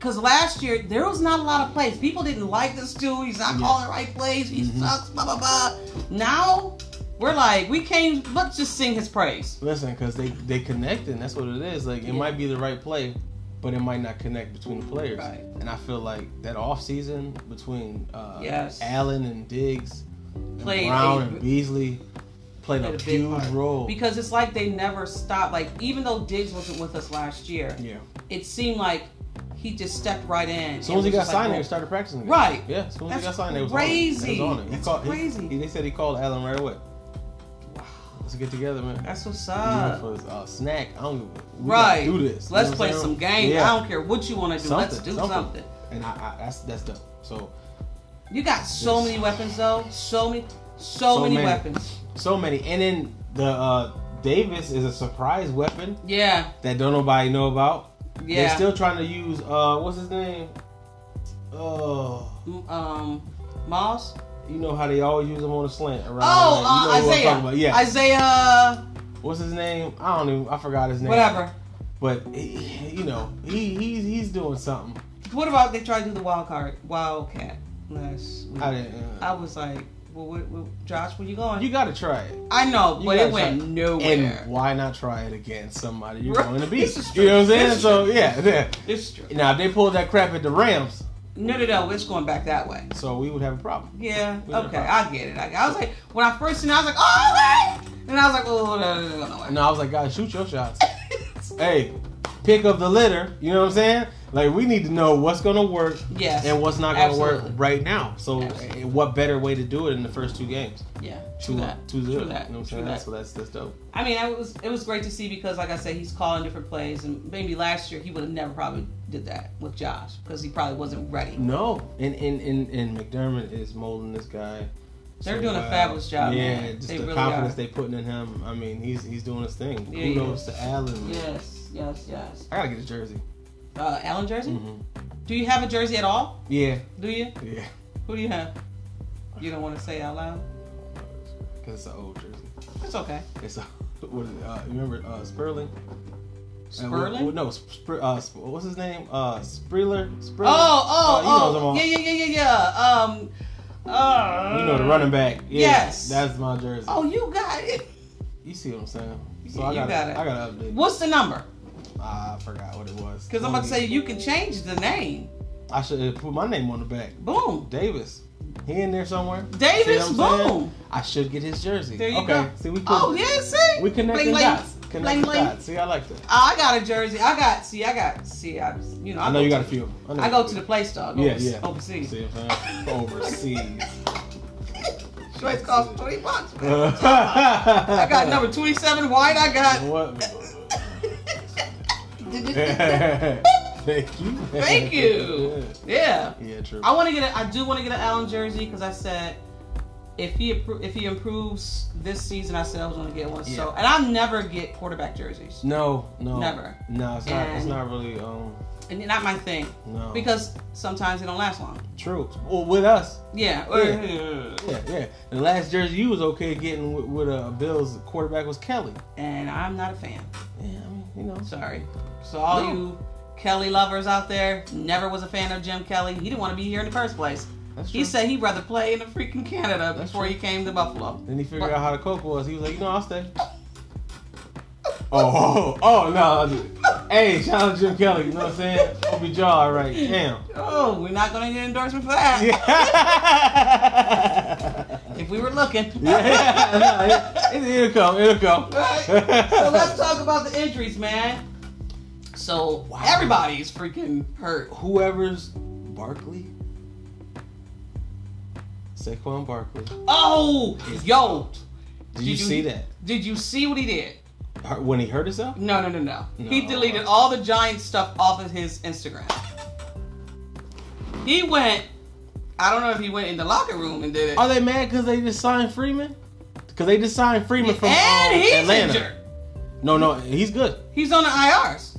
Speaker 1: Cause last year there was not a lot of plays. People didn't like this dude. He's not
Speaker 2: Yeah.
Speaker 1: calling right plays. He
Speaker 2: Mhm.
Speaker 1: sucks. Blah blah blah. Now we're like, we came. Let's just sing his praise.
Speaker 2: Listen, because they they connecting. That's what it is. Like it
Speaker 1: Yeah. Mm,
Speaker 2: might be the right play, but it might not connect between the players.
Speaker 1: Right.
Speaker 2: And I feel like that off season between uh,
Speaker 1: Yes.
Speaker 2: Allen and Diggs, and
Speaker 1: Played
Speaker 2: Brown
Speaker 1: a-
Speaker 2: and Beasley played,
Speaker 1: Played
Speaker 2: a,
Speaker 1: a big
Speaker 2: huge
Speaker 1: part.
Speaker 2: role.
Speaker 1: Because it's like they never stopped. Like even though Diggs wasn't with us last year,
Speaker 2: yeah.
Speaker 1: it seemed like he just stepped right in.
Speaker 2: As soon as he
Speaker 1: It
Speaker 2: got
Speaker 1: was just like,
Speaker 2: signed, they started practicing. again.
Speaker 1: Right.
Speaker 2: Yeah. As soon as he got
Speaker 1: That's
Speaker 2: signed, they was on it. They
Speaker 1: crazy.
Speaker 2: was on it. He
Speaker 1: That's
Speaker 2: called- he-
Speaker 1: crazy.
Speaker 2: he- they said he called Allen right away.
Speaker 1: Wow.
Speaker 2: Let's get together, man.
Speaker 1: That's what's
Speaker 2: Even
Speaker 1: up.
Speaker 2: for his, uh, snack. I don't give a- we gotta
Speaker 1: right.
Speaker 2: Do this. You
Speaker 1: Let's
Speaker 2: know what I'm
Speaker 1: play
Speaker 2: saying?
Speaker 1: some games.
Speaker 2: Yeah.
Speaker 1: I don't care what you want to do. Let's do something.
Speaker 2: And I, I, that's that's dope. So
Speaker 1: You got so
Speaker 2: Yes.
Speaker 1: many weapons though. So many, so,
Speaker 2: So
Speaker 1: many,
Speaker 2: many.
Speaker 1: weapons.
Speaker 2: so many, and then the uh, Davis is a surprise weapon
Speaker 1: Yeah.
Speaker 2: that don't nobody know about. They're
Speaker 1: Yeah.
Speaker 2: still trying to use uh, what's his name? Oh,
Speaker 1: Mm, um, Moss.
Speaker 2: you know how they always use him on the slant around.
Speaker 1: Oh,
Speaker 2: like, you
Speaker 1: uh,
Speaker 2: know who I'm talking
Speaker 1: Isaiah.
Speaker 2: about. Yeah,
Speaker 1: Isaiah.
Speaker 2: what's his name? I don't even. I forgot his name.
Speaker 1: Whatever.
Speaker 2: But he- you know, he he's he's doing something.
Speaker 1: What about they tried to do the wild card, wildcat last week?
Speaker 2: I didn't. uh,
Speaker 1: I was like, well, what, what, Josh, where you going?
Speaker 2: you gotta try it.
Speaker 1: I know,
Speaker 2: you
Speaker 1: but
Speaker 2: gotta
Speaker 1: it went
Speaker 2: try-
Speaker 1: nowhere.
Speaker 2: And why not try it against somebody you're
Speaker 1: Right.
Speaker 2: going to beat?
Speaker 1: This is
Speaker 2: You know what I'm saying?
Speaker 1: true.
Speaker 2: So yeah, yeah.
Speaker 1: It's true.
Speaker 2: Now if they pulled that crap at the Rams,
Speaker 1: No, no, no. It's going back that way.
Speaker 2: so we would have a problem.
Speaker 1: Yeah.
Speaker 2: We got a
Speaker 1: Okay.
Speaker 2: problem.
Speaker 1: I get it. I, I was like, when I first seen, it, I was like, oh, right. And I was like, oh, no, no, no, no, no.
Speaker 2: No, I was like, guys, shoot your shots. hey, pick up the litter. You know what I'm saying? Like we need to know what's gonna work
Speaker 1: yes.
Speaker 2: and what's not gonna
Speaker 1: Absolutely.
Speaker 2: work right now. So
Speaker 1: Absolutely.
Speaker 2: eh, what better way to do it in the first two games?
Speaker 1: yeah.
Speaker 2: Two
Speaker 1: True that.
Speaker 2: two zero.
Speaker 1: True that.
Speaker 2: You know what
Speaker 1: True
Speaker 2: I'm saying?
Speaker 1: that.
Speaker 2: So that's that's dope.
Speaker 1: I mean, I was it was great to see because, like I said, he's calling different plays, and maybe last year he would have never probably did that with Josh because he probably wasn't ready.
Speaker 2: No, and and and, and McDermott is molding this guy.
Speaker 1: They're
Speaker 2: so
Speaker 1: doing a
Speaker 2: well.
Speaker 1: fabulous job,
Speaker 2: Yeah,
Speaker 1: man.
Speaker 2: just
Speaker 1: They
Speaker 2: the
Speaker 1: really
Speaker 2: confidence
Speaker 1: are.
Speaker 2: they putting in him. I mean, he's he's doing his thing.
Speaker 1: Yeah, he
Speaker 2: Kudos to Allen. man.
Speaker 1: Yes. Yes. Yes.
Speaker 2: I gotta get a jersey.
Speaker 1: Uh, Allen jersey?
Speaker 2: hmm
Speaker 1: Do you have a jersey at all?
Speaker 2: Yeah,
Speaker 1: Do you?
Speaker 2: yeah,
Speaker 1: Who do you have? You don't want to say out loud.
Speaker 2: because it's an old jersey.
Speaker 1: It's okay.
Speaker 2: It's a, what is it? Uh, remember uh, Sperling? Uh, what-
Speaker 1: Sperling.
Speaker 2: what- no, Spr- uh, Sp- what's his name? Uh, Spreeler. Spreeler.
Speaker 1: Oh,
Speaker 2: Uh, you know
Speaker 1: oh,
Speaker 2: them
Speaker 1: oh.
Speaker 2: all.
Speaker 1: Yeah, yeah, yeah, yeah, yeah. Um, uh,
Speaker 2: You know the running back. Yeah,
Speaker 1: Yes.
Speaker 2: that's my jersey.
Speaker 1: Oh, you got it.
Speaker 2: You see what I'm saying?
Speaker 1: Yeah,
Speaker 2: I
Speaker 1: you
Speaker 2: gotta,
Speaker 1: got it.
Speaker 2: I gotta update.
Speaker 1: What's the number?
Speaker 2: Ah, I forgot what it was.
Speaker 1: Because I'm about to say you can change the name.
Speaker 2: I should have put my name on the back.
Speaker 1: Boom.
Speaker 2: Davis. He in there somewhere.
Speaker 1: Davis,
Speaker 2: See what I'm saying?
Speaker 1: boom.
Speaker 2: I should get his jersey.
Speaker 1: There you
Speaker 2: okay.
Speaker 1: go.
Speaker 2: See, we could,
Speaker 1: Oh yeah, see.
Speaker 2: we connecting
Speaker 1: Bling, bling.
Speaker 2: dots.
Speaker 1: Bling,
Speaker 2: Connecting
Speaker 1: bling. Oh,
Speaker 2: dots. See, I like that.
Speaker 1: I got a jersey. I got. See, I got. See, I. You know. I,
Speaker 2: I know
Speaker 1: go
Speaker 2: you got a
Speaker 1: to-
Speaker 2: few. of 'em. know
Speaker 1: I
Speaker 2: you
Speaker 1: go
Speaker 2: got
Speaker 1: to
Speaker 2: a
Speaker 1: the Play Store.
Speaker 2: few.
Speaker 1: Yeah,
Speaker 2: yeah, yeah.
Speaker 1: Overseas.
Speaker 2: See what I'm saying? Overseas.
Speaker 1: Shorts cost twenty bucks. Man. I
Speaker 2: I
Speaker 1: got number twenty-seven white. I got.
Speaker 2: What? Thank you.
Speaker 1: Thank you. Yeah.
Speaker 2: Yeah, true.
Speaker 1: I want to get. A, I do want to get an Allen jersey because I said if he appro- if he improves this season, I said I was going to get one. So
Speaker 2: Yeah.
Speaker 1: and I never get quarterback jerseys,
Speaker 2: No, no.
Speaker 1: Never.
Speaker 2: No, it's not. It's
Speaker 1: And-
Speaker 2: not really. Um,
Speaker 1: and not my thing
Speaker 2: no.
Speaker 1: because sometimes they don't last long.
Speaker 2: true. Well, with us,
Speaker 1: Yeah.
Speaker 2: yeah, yeah. The last jersey you was okay getting with, with uh, Bills quarterback was Kelly.
Speaker 1: And I'm not a fan.
Speaker 2: Yeah, I mean, you know.
Speaker 1: Sorry. So all
Speaker 2: No.
Speaker 1: you Kelly lovers out there, never was a fan of Jim Kelly. He didn't want to be here in the first place.
Speaker 2: That's true.
Speaker 1: He said he'd rather play in the freaking Canada
Speaker 2: That's
Speaker 1: before
Speaker 2: true.
Speaker 1: he came to Buffalo.
Speaker 2: Then he figured out how the coke was. He was like, you know, I'll stay. Oh, oh, oh no. Hey, shout out Jim Kelly. You know what I'm saying? Hope your jaw all right. Damn.
Speaker 1: Oh, we're not gonna get endorsement for that.
Speaker 2: Yeah.
Speaker 1: If we were looking.
Speaker 2: yeah, no, it, it'll come. It'll come.
Speaker 1: Right. so let's talk about the injuries, man. So
Speaker 2: Wow.
Speaker 1: everybody's freaking hurt.
Speaker 2: Whoever's Barkley, Saquon Barkley. Did,
Speaker 1: Oh, yo, Did
Speaker 2: you,
Speaker 1: you-
Speaker 2: see that
Speaker 1: did you see what he did?
Speaker 2: Hurt- when he hurt himself?
Speaker 1: No, no, no, no. He
Speaker 2: No.
Speaker 1: deleted all the giant stuff off of his Instagram. He went. I don't know if he went in the locker room and did it.
Speaker 2: Are they mad because they just signed Freeman? Because they just signed Freeman from
Speaker 1: and
Speaker 2: um,
Speaker 1: he's
Speaker 2: Atlanta.
Speaker 1: injured.
Speaker 2: No, no, he's good.
Speaker 1: He's on the IRs.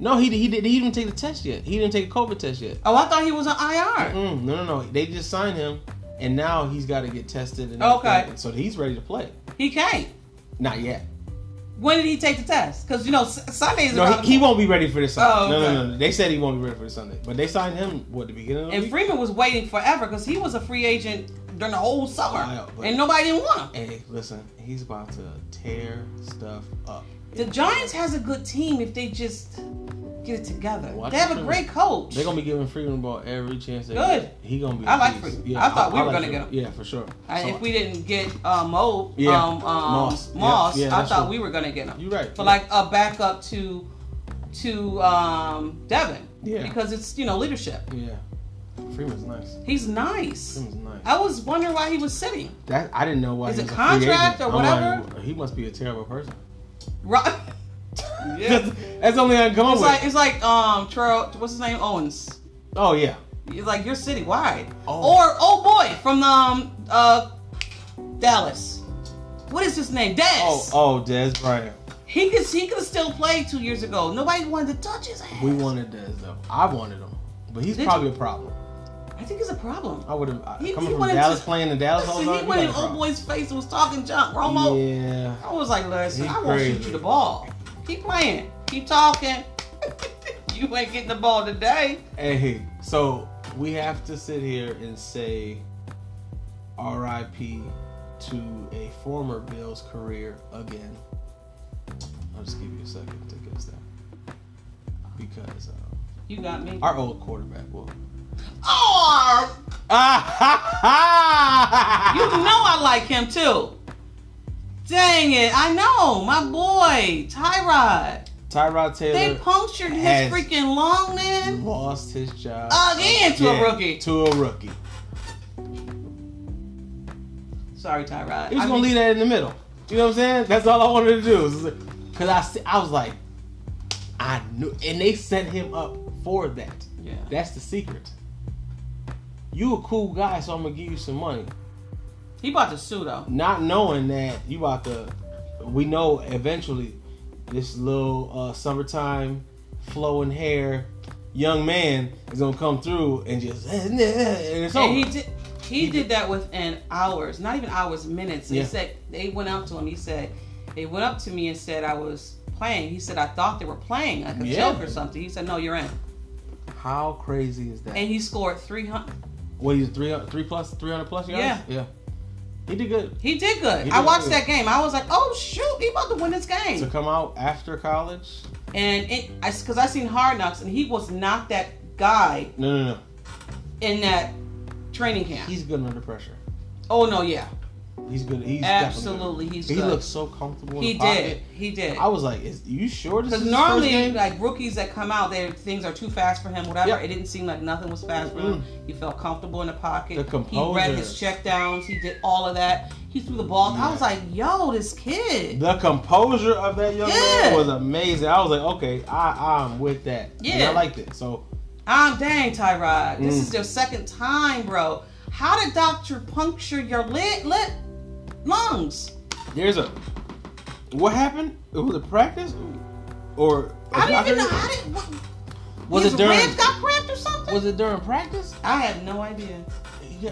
Speaker 2: No, he he didn't he didn't take the test yet. He didn't take a COVID test yet.
Speaker 1: Oh, I thought he was on IR.
Speaker 2: Mm, no, no, no. They just signed him, and now he's got to get tested. And
Speaker 1: Okay.
Speaker 2: everything. So he's ready to play.
Speaker 1: He can't.
Speaker 2: Not yet.
Speaker 1: When did he take the test? Because you know S- Sunday is
Speaker 2: No,
Speaker 1: about
Speaker 2: he, he won't be ready for this Sunday.
Speaker 1: Oh,
Speaker 2: No,
Speaker 1: okay.
Speaker 2: no, no, no. They said he won't be ready for this Sunday, but they signed him what the beginning of the
Speaker 1: And
Speaker 2: week?
Speaker 1: Freeman was waiting forever because he was a free agent during the whole summer,
Speaker 2: I know, but-
Speaker 1: and nobody didn't want him.
Speaker 2: Hey, listen, he's about to tear stuff up.
Speaker 1: The Giants has a good team if they just get it together.
Speaker 2: Watch
Speaker 1: they have a
Speaker 2: Freeman.
Speaker 1: great coach.
Speaker 2: They're gonna be giving Freeman the ball every chance they
Speaker 1: Good.
Speaker 2: get. He gonna be.
Speaker 1: I
Speaker 2: a
Speaker 1: like
Speaker 2: beast.
Speaker 1: Freeman. I thought we were gonna
Speaker 2: Freeman.
Speaker 1: get
Speaker 2: Yeah, for sure.
Speaker 1: And
Speaker 2: So-
Speaker 1: if we didn't get uh, Mo,
Speaker 2: Yeah,
Speaker 1: um, um,
Speaker 2: Moss.
Speaker 1: Moss,
Speaker 2: Yeah, yeah,
Speaker 1: I
Speaker 2: that's
Speaker 1: thought
Speaker 2: true.
Speaker 1: we were gonna get him.
Speaker 2: you right.
Speaker 1: for like a backup to to um, Devin,
Speaker 2: Yeah.
Speaker 1: because it's you know leadership.
Speaker 2: Yeah, Freeman's nice.
Speaker 1: He's nice.
Speaker 2: Freeman's nice.
Speaker 1: I was wondering why he was sitting.
Speaker 2: That I didn't know why.
Speaker 1: Is
Speaker 2: he
Speaker 1: it
Speaker 2: was a
Speaker 1: contract
Speaker 2: free agent.
Speaker 1: or
Speaker 2: I'm
Speaker 1: whatever?
Speaker 2: Like, he must be a terrible person.
Speaker 1: Right.
Speaker 2: that's, that's the only I can come up
Speaker 1: It's
Speaker 2: with.
Speaker 1: like it's like um Terrell, what's his name Owens.
Speaker 2: oh yeah.
Speaker 1: It's like your city. Why?
Speaker 2: Oh.
Speaker 1: Or oh boy from um uh Dallas. What is his name? Des.
Speaker 2: Oh oh, Des Bryant.
Speaker 1: He could he could have still played two years ago. Nobody wanted to touch his ass.
Speaker 2: We wanted Des though. I wanted him, but he's
Speaker 1: Did
Speaker 2: probably a problem.
Speaker 1: I think it's a problem.
Speaker 2: I would have
Speaker 1: He-
Speaker 2: coming
Speaker 1: he
Speaker 2: from
Speaker 1: wanted
Speaker 2: Dallas
Speaker 1: to-
Speaker 2: playing in Dallas Oh, all
Speaker 1: See,
Speaker 2: the
Speaker 1: he
Speaker 2: time.
Speaker 1: went
Speaker 2: he
Speaker 1: in
Speaker 2: got a
Speaker 1: old boy's face and was talking junk.
Speaker 2: problem.
Speaker 1: Romo.
Speaker 2: Yeah.
Speaker 1: I was like, listen,
Speaker 2: He
Speaker 1: I won't shoot
Speaker 2: crazy.
Speaker 1: you the ball. Keep playing. Keep talking. you ain't getting the ball today.
Speaker 2: Hey, so we have to sit here and say R.I.P. to a former Bills career again. I'll just give you a second to guess that because uh,
Speaker 1: You got me.
Speaker 2: our old quarterback will.
Speaker 1: Oh,
Speaker 2: Ah ha ha!
Speaker 1: you know I like him too. Dang it! I know my boy Tyrod.
Speaker 2: Tyrod
Speaker 1: They
Speaker 2: Taylor
Speaker 1: punctured his
Speaker 2: has-
Speaker 1: freaking long man.
Speaker 2: lost his job
Speaker 1: Again to a rookie.
Speaker 2: To a rookie.
Speaker 1: Sorry, Tyrod.
Speaker 2: He was
Speaker 1: I
Speaker 2: gonna
Speaker 1: mean-
Speaker 2: leave that in the middle. You know what I'm saying? That's all I wanted to do. Is- Cause I, se- I was like, I knew, and they set him up for that.
Speaker 1: Yeah.
Speaker 2: That's the secret. You a cool guy, so I'm gonna give you some money,
Speaker 1: He about to sue though.
Speaker 2: not knowing that you about to. We know eventually, this little uh, summertime, flowing hair, young man is gonna come through and just and it's over.
Speaker 1: and he did. He did that within hours, not even hours, minutes.
Speaker 2: Yeah.
Speaker 1: He said they went up to him. He said they went up to me and said I was playing. He said I thought they were playing like a
Speaker 2: Yeah.
Speaker 1: joke or something. He said no, you're in.
Speaker 2: How crazy is that?
Speaker 1: And he scored three hundred.
Speaker 2: What he's three three plus three hundred plus yards? Yeah, yeah. He did good
Speaker 1: He did good.
Speaker 2: He
Speaker 1: I
Speaker 2: did
Speaker 1: watched
Speaker 2: good.
Speaker 1: that game. I was like, oh shoot, he about to win this game.
Speaker 2: to come out after college.
Speaker 1: and it, I, cause I seen Hard Knocks, and he was not that guy
Speaker 2: No, no, no.
Speaker 1: in that training camp.
Speaker 2: He's good under pressure.
Speaker 1: oh no, yeah,
Speaker 2: He's good. He's
Speaker 1: Absolutely,
Speaker 2: definitely good.
Speaker 1: he's
Speaker 2: He
Speaker 1: good.
Speaker 2: looks so comfortable.
Speaker 1: he
Speaker 2: in the
Speaker 1: did.
Speaker 2: pocket.
Speaker 1: He did.
Speaker 2: I was like, "Is you sure this is
Speaker 1: Because
Speaker 2: his first
Speaker 1: normally,
Speaker 2: game?"
Speaker 1: like rookies that come out, their things are too fast for him. Whatever.
Speaker 2: Yeah.
Speaker 1: It didn't seem like nothing was fast for him. He felt comfortable in the pocket.
Speaker 2: Mm. The
Speaker 1: He read his
Speaker 2: composure.
Speaker 1: checkdowns. He did all of that. He threw the ball. I was
Speaker 2: Yeah.
Speaker 1: like, "Yo, this kid."
Speaker 2: the composure of that young man
Speaker 1: Yeah.
Speaker 2: was amazing. I was like, "Okay, I I'm with that." And
Speaker 1: Yeah.
Speaker 2: I liked it. So
Speaker 1: I'm Ah, dang Tyrod. This
Speaker 2: Mm.
Speaker 1: is your second time, bro. How did doctor puncture your lip, lip, lungs?
Speaker 2: there's a what happened? It was a practice or I
Speaker 1: I didn't even know. How did what,
Speaker 2: Was
Speaker 1: his
Speaker 2: it during?
Speaker 1: ribs got cracked or something?
Speaker 2: Was it during practice?
Speaker 1: I had no idea.
Speaker 2: Yeah.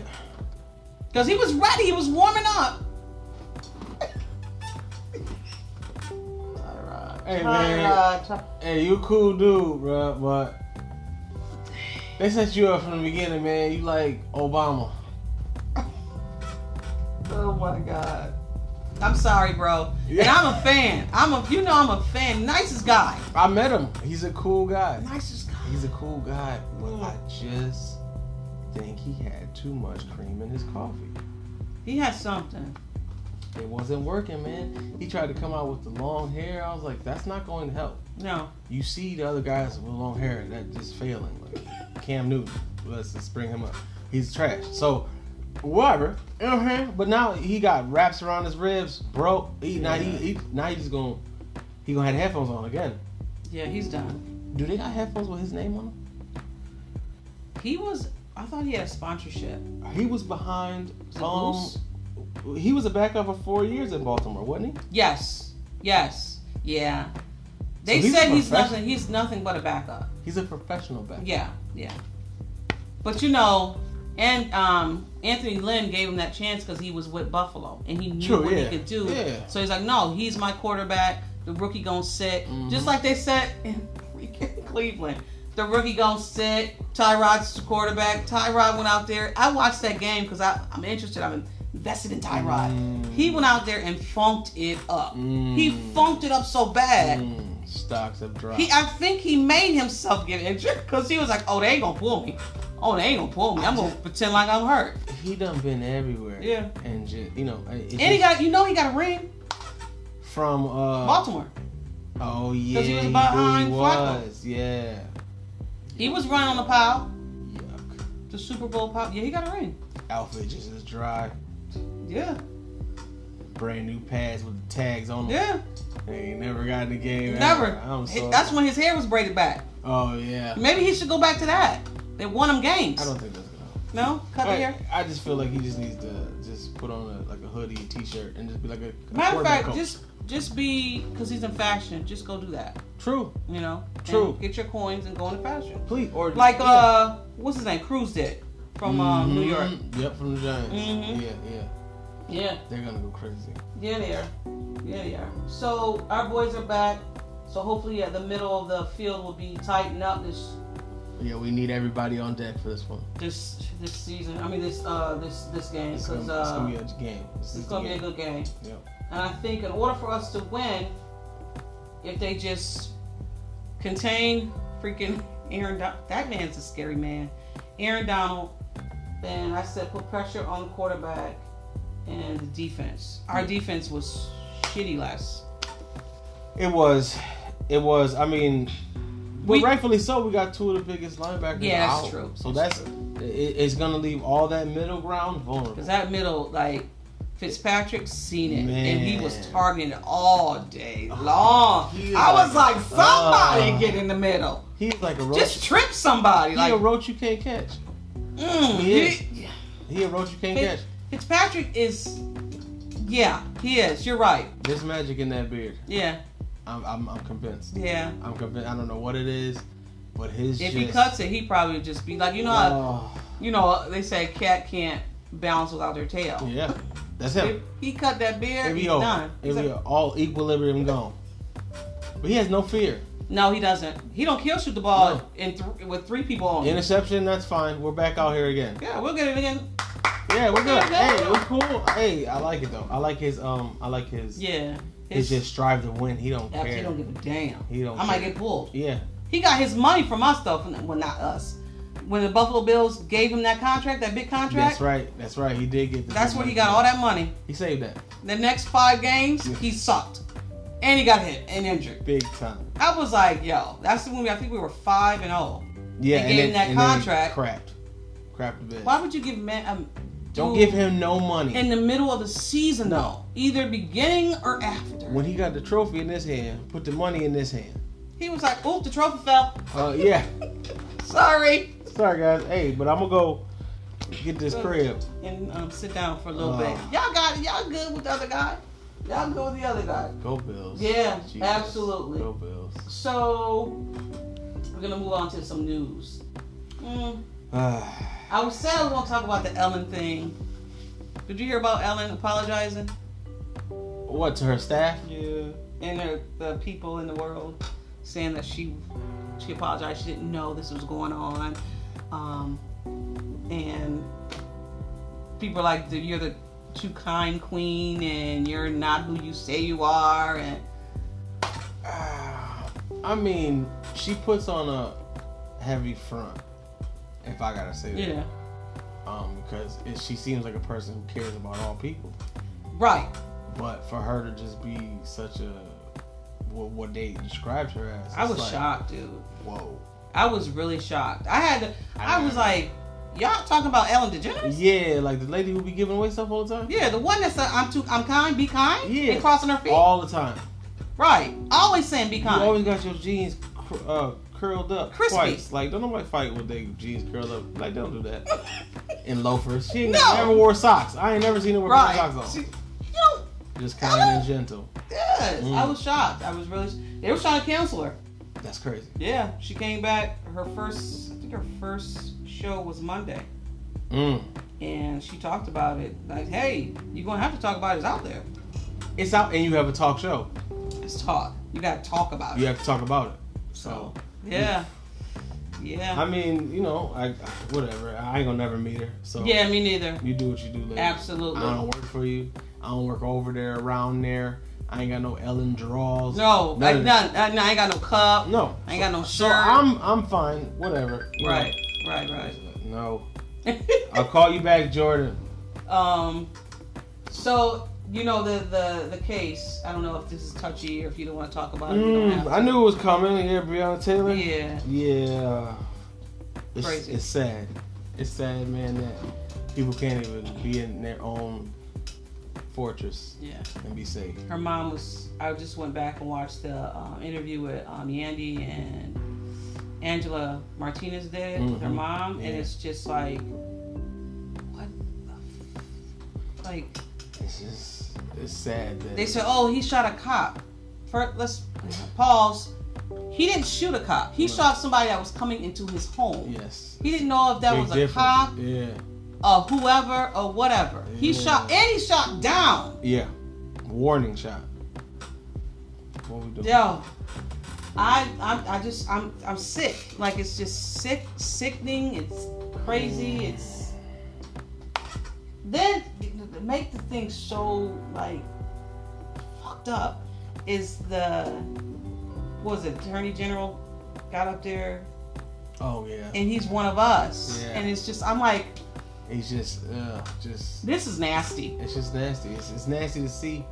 Speaker 1: Cause he was ready. He was warming up.
Speaker 2: Tyrod. Hey man.
Speaker 1: Tyrod, Ty-
Speaker 2: Hey, you a cool dude, bro, but they set you up from the beginning, man. You like Obama.
Speaker 1: Oh my god. I'm sorry, bro. And
Speaker 2: Yeah.
Speaker 1: I'm a fan. I'm a, you know, I'm a fan. Nicest guy.
Speaker 2: I met him. He's a cool guy.
Speaker 1: Nicest guy.
Speaker 2: He's a cool guy, but
Speaker 1: Mm.
Speaker 2: I just think he had too much cream in his coffee.
Speaker 1: He has something.
Speaker 2: It wasn't working, man. He tried to come out with the long hair. I was like, that's not going to help.
Speaker 1: No.
Speaker 2: You see the other guys with long hair that just failing. Like Cam Newton, let's just bring him up. He's trash. So, whatever. You know what I'm saying? But now he got wraps around his ribs, broke. He, now, he, he, now he's going. He gonna have headphones on again.
Speaker 1: Yeah, he's done.
Speaker 2: Do they got headphones with his name on them?
Speaker 1: He was. I thought he had a sponsorship.
Speaker 2: He was behind.
Speaker 1: Was it
Speaker 2: Um,
Speaker 1: Moose?
Speaker 2: he was a backup for four years in Baltimore, wasn't he?
Speaker 1: Yes. Yes. Yeah. They
Speaker 2: he's
Speaker 1: said
Speaker 2: a
Speaker 1: he's
Speaker 2: professional.
Speaker 1: nothing. He's nothing but a backup.
Speaker 2: He's a professional backup.
Speaker 1: Yeah. Yeah. But you know, and um, Anthony Lynn gave him that chance because he was with Buffalo and he knew
Speaker 2: True,
Speaker 1: what
Speaker 2: yeah.
Speaker 1: he could do.
Speaker 2: Yeah.
Speaker 1: So he's like, no, he's my quarterback. The rookie gonna sit,
Speaker 2: Mhm.
Speaker 1: just like they said in freaking Cleveland. The rookie gonna sit. Tyrod's the quarterback. Tyrod went out there. I watched that game because I'm interested. I'm invested in Tyrod.
Speaker 2: Mm.
Speaker 1: He went out there and funked it up.
Speaker 2: Mm.
Speaker 1: He funked it up so bad.
Speaker 2: Mm, stocks have dropped.
Speaker 1: He, I think he made himself get injured because he was like, "Oh, they ain't gonna pull me. Oh, they ain't gonna pull me. I'm gonna pretend like I'm hurt."
Speaker 2: he done been everywhere.
Speaker 1: Yeah.
Speaker 2: And just you know, it- it
Speaker 1: And he
Speaker 2: just-
Speaker 1: got, you know, he got a ring,
Speaker 2: from uh
Speaker 1: Baltimore.
Speaker 2: Oh yeah.
Speaker 1: he was
Speaker 2: did,
Speaker 1: behind Flacco.
Speaker 2: was. Yeah.
Speaker 1: He was running on the pile,
Speaker 2: Yuck.
Speaker 1: the Super Bowl pile. Yeah, he got a ring.
Speaker 2: Outfit just is dry.
Speaker 1: Yeah,
Speaker 2: Brand new pads with the tags on them.
Speaker 1: yeah,
Speaker 2: They ain't never got in the game.
Speaker 1: never.
Speaker 2: ever. I'm
Speaker 1: He-
Speaker 2: sorry.
Speaker 1: That's when his hair was braided back.
Speaker 2: Oh yeah.
Speaker 1: Maybe he should go back to that. They won him games.
Speaker 2: I don't think that's gonna. Happen.
Speaker 1: no, cut the hair.
Speaker 2: I, I just feel like he just needs to just put on a, like a hoodie, t-shirt, and just be like a, a
Speaker 1: Matter of
Speaker 2: quarterback
Speaker 1: fact,
Speaker 2: coach.
Speaker 1: just just be because he's in fashion. Just go do that.
Speaker 2: true,
Speaker 1: You know, And
Speaker 2: True.
Speaker 1: get your coins and go into fashion.
Speaker 2: please, or
Speaker 1: Like
Speaker 2: yeah.
Speaker 1: uh, what's his name? Cruz did from uh, New York.
Speaker 2: Mhm. Yep, from the Giants.
Speaker 1: Mhm.
Speaker 2: Yeah, yeah.
Speaker 1: Yeah,
Speaker 2: They're gonna go crazy.
Speaker 1: yeah, they are. Yeah, they are. So our boys are back. So hopefully, uh, the middle of the field will be tightened up this
Speaker 2: Yeah, we need everybody on deck for this one.
Speaker 1: this this season. I mean, this uh this this game
Speaker 2: It's
Speaker 1: because
Speaker 2: gonna, it's gonna
Speaker 1: uh,
Speaker 2: be a game. This
Speaker 1: it's
Speaker 2: is
Speaker 1: gonna be
Speaker 2: the
Speaker 1: a
Speaker 2: game.
Speaker 1: good game.
Speaker 2: Yep.
Speaker 1: And I think in order for us to win, if they just contain freaking Aaron, Don- that man's a scary man. Aaron Donald, then I said put pressure on the quarterback and the defense. Our defense was shitty last.
Speaker 2: It was, it was. I mean, but
Speaker 1: We-
Speaker 2: rightfully so. We got two of the biggest linebackers.
Speaker 1: Yeah, that's
Speaker 2: out.
Speaker 1: true.
Speaker 2: So that's it, it's gonna leave all that middle ground vulnerable.
Speaker 1: Cause that middle, like Fitzpatrick, seen it, and he was
Speaker 2: Man. Oh,
Speaker 1: targeting all day long.
Speaker 2: he
Speaker 1: I
Speaker 2: is
Speaker 1: was
Speaker 2: like,
Speaker 1: like, somebody
Speaker 2: uh,
Speaker 1: get in the middle,
Speaker 2: He's like a roach.
Speaker 1: just trip somebody,
Speaker 2: he
Speaker 1: like
Speaker 2: a roach you can't catch.
Speaker 1: mm,
Speaker 2: he is.
Speaker 1: he-
Speaker 2: He a roach you can't
Speaker 1: Fitz-
Speaker 2: catch.
Speaker 1: Fitzpatrick is, yeah, he is. You're right.
Speaker 2: There's magic in that beard.
Speaker 1: Yeah,
Speaker 2: I'm, I'm, I'm convinced.
Speaker 1: yeah.
Speaker 2: I'm convinced. I don't know what it is, but his.
Speaker 1: If
Speaker 2: just,
Speaker 1: he cuts it, he probably would just be like, you know, how,
Speaker 2: Oh,
Speaker 1: you know, they say a cat can't bounce without their tail.
Speaker 2: oh, yeah, that's him.
Speaker 1: If he cut that beard,
Speaker 2: If
Speaker 1: he's
Speaker 2: he over,
Speaker 1: done.
Speaker 2: if
Speaker 1: He's
Speaker 2: he
Speaker 1: like,
Speaker 2: all equilibrium gone. But he has no fear.
Speaker 1: no, he doesn't. He don't kill shoot the ball
Speaker 2: No.
Speaker 1: in th- with three people on. him.
Speaker 2: Interception, that's fine. We're back out here again.
Speaker 1: Yeah, we'll get it again.
Speaker 2: Yeah, we're good. Hey, we're cool. Hey, I like it though. I like his um, I like his.
Speaker 1: Yeah,
Speaker 2: His just strive to win. He don't
Speaker 1: he
Speaker 2: care.
Speaker 1: don't give a damn.
Speaker 2: He don't
Speaker 1: I might
Speaker 2: care.
Speaker 1: get pulled.
Speaker 2: Yeah,
Speaker 1: He got his money from us though. From, well, not us. When the Buffalo Bills gave him that contract, that big contract,
Speaker 2: that's right. That's right. He did get. The
Speaker 1: that's where he got all that money.
Speaker 2: He saved that
Speaker 1: The next five games, he sucked. And he got hit and injured.
Speaker 2: big time.
Speaker 1: I was like, yo, that's when we, I think we were 5 and oh. 0.
Speaker 2: Yeah,
Speaker 1: They
Speaker 2: and
Speaker 1: gave
Speaker 2: then,
Speaker 1: him that
Speaker 2: and then
Speaker 1: contract.
Speaker 2: crapped, crapped a bit.
Speaker 1: Why would you give man um,
Speaker 2: Don't
Speaker 1: dude
Speaker 2: give him no money.
Speaker 1: in the middle of the season though, either beginning or after.
Speaker 2: when he got the trophy in his hand, put the money in his hand.
Speaker 1: he was like, "Oop, the trophy fell.
Speaker 2: Uh, yeah.
Speaker 1: Sorry."
Speaker 2: Sorry guys. Hey, but I'm gonna go get this crib.
Speaker 1: And um, sit down for a little
Speaker 2: Oh.
Speaker 1: bit. Y'all got it. Y'all good with the other guy? Y'all good with the other guy?
Speaker 2: Go Bills.
Speaker 1: Yeah, absolutely.
Speaker 2: Go Bills.
Speaker 1: So we're gonna move on to some news. Mm,
Speaker 2: Uh,
Speaker 1: I was sad I was gonna talk about the Ellen thing. Did you hear about Ellen apologizing
Speaker 2: what to her staff? Yeah.
Speaker 1: and her, the people in the world saying that she she apologized, she didn't know this was going on, um, and people are like, "You're the too kind queen and you're not who you say you are and
Speaker 2: Ah, I mean, she puts on a heavy front. If I gotta say that,
Speaker 1: yeah
Speaker 2: um, because it, she seems like a person who cares about all people.
Speaker 1: right
Speaker 2: But for her to just be such a what, what they described her as,
Speaker 1: i
Speaker 2: it's
Speaker 1: was
Speaker 2: like,
Speaker 1: shocked dude
Speaker 2: Whoa.
Speaker 1: i was really shocked i had to,
Speaker 2: I
Speaker 1: i was
Speaker 2: know.
Speaker 1: like y'all talking about ellen degeneres
Speaker 2: Yeah, like the lady who be giving away stuff all the time.
Speaker 1: yeah the one that said i'm too i'm kind be kind
Speaker 2: Yeah.
Speaker 1: and crossing her feet
Speaker 2: All the time.
Speaker 1: right always saying be kind
Speaker 2: You always got your jeans cr- uh, curled up
Speaker 1: Crispy.
Speaker 2: twice. Like don't nobody fight with their jeans curled up. Like don't do that. In loafers. She ain't
Speaker 1: No.
Speaker 2: never wore socks. I ain't never seen her wear
Speaker 1: right
Speaker 2: socks
Speaker 1: She-
Speaker 2: on.
Speaker 1: you know
Speaker 2: Just kind and gentle.
Speaker 1: yes
Speaker 2: Mm.
Speaker 1: i was shocked i was really sh- they were trying to cancel her
Speaker 2: That's crazy.
Speaker 1: yeah she came back her first i think her first show was monday
Speaker 2: Mm.
Speaker 1: and she talked about it like hey you're gonna have to talk about it It's out there
Speaker 2: It's out, and you have a talk show.
Speaker 1: it's talk you gotta talk about
Speaker 2: You
Speaker 1: it
Speaker 2: have to talk about it.
Speaker 1: so
Speaker 2: So,
Speaker 1: yeah yeah
Speaker 2: I mean, you know, I whatever. I ain't gonna never meet her. So
Speaker 1: yeah me neither
Speaker 2: you do what you do. Lady.
Speaker 1: absolutely
Speaker 2: I don't work for you. I don't work over there, around there. I ain't got no Ellen draws.
Speaker 1: no I,
Speaker 2: of that.
Speaker 1: none, I, no, I ain't got no cup
Speaker 2: No.
Speaker 1: I ain't got no
Speaker 2: So
Speaker 1: shirt
Speaker 2: I'm I'm fine. Whatever. You know.
Speaker 1: right right right
Speaker 2: No. I'll call you back, Jordan.
Speaker 1: um so you know the the the case i don't know if this is touchy or if you don't want to talk about it Oh, you don't
Speaker 2: Mm,
Speaker 1: have
Speaker 2: I knew it was coming. Yeah, Breonna Taylor.
Speaker 1: to. yeah
Speaker 2: Yeah. It's,
Speaker 1: Crazy.
Speaker 2: it's sad. It's sad, man, that people can't even be in their own fortress
Speaker 1: yeah
Speaker 2: and be safe.
Speaker 1: her mom was i just went back and watched the um, interview with um, yandy and angela martinez did with her
Speaker 2: Mhm.
Speaker 1: mom and
Speaker 2: Yeah.
Speaker 1: it's just like what the f- like
Speaker 2: It's just, it's sad that.
Speaker 1: they said oh he shot a cop First, let's pause he didn't shoot a cop he
Speaker 2: Right.
Speaker 1: shot somebody that was coming into his home
Speaker 2: yes.
Speaker 1: he didn't know if that
Speaker 2: Big
Speaker 1: was a
Speaker 2: difference.
Speaker 1: cop
Speaker 2: Yeah.
Speaker 1: or whoever or whatever he
Speaker 2: Yeah.
Speaker 1: shot and he shot down
Speaker 2: Yeah. Warning shot. What we doing?
Speaker 1: Yo, I, I, I just, I'm, I'm sick. Like it's just sick, sickening. It's crazy.
Speaker 2: Mm.
Speaker 1: It's then to make the thing so like fucked up is the what was it attorney general got up there
Speaker 2: Oh, yeah.
Speaker 1: and he's one of us
Speaker 2: Yeah.
Speaker 1: and it's just I'm like
Speaker 2: It's just, uh, just,
Speaker 1: this is nasty.
Speaker 2: it's just nasty. It's, it's nasty to see.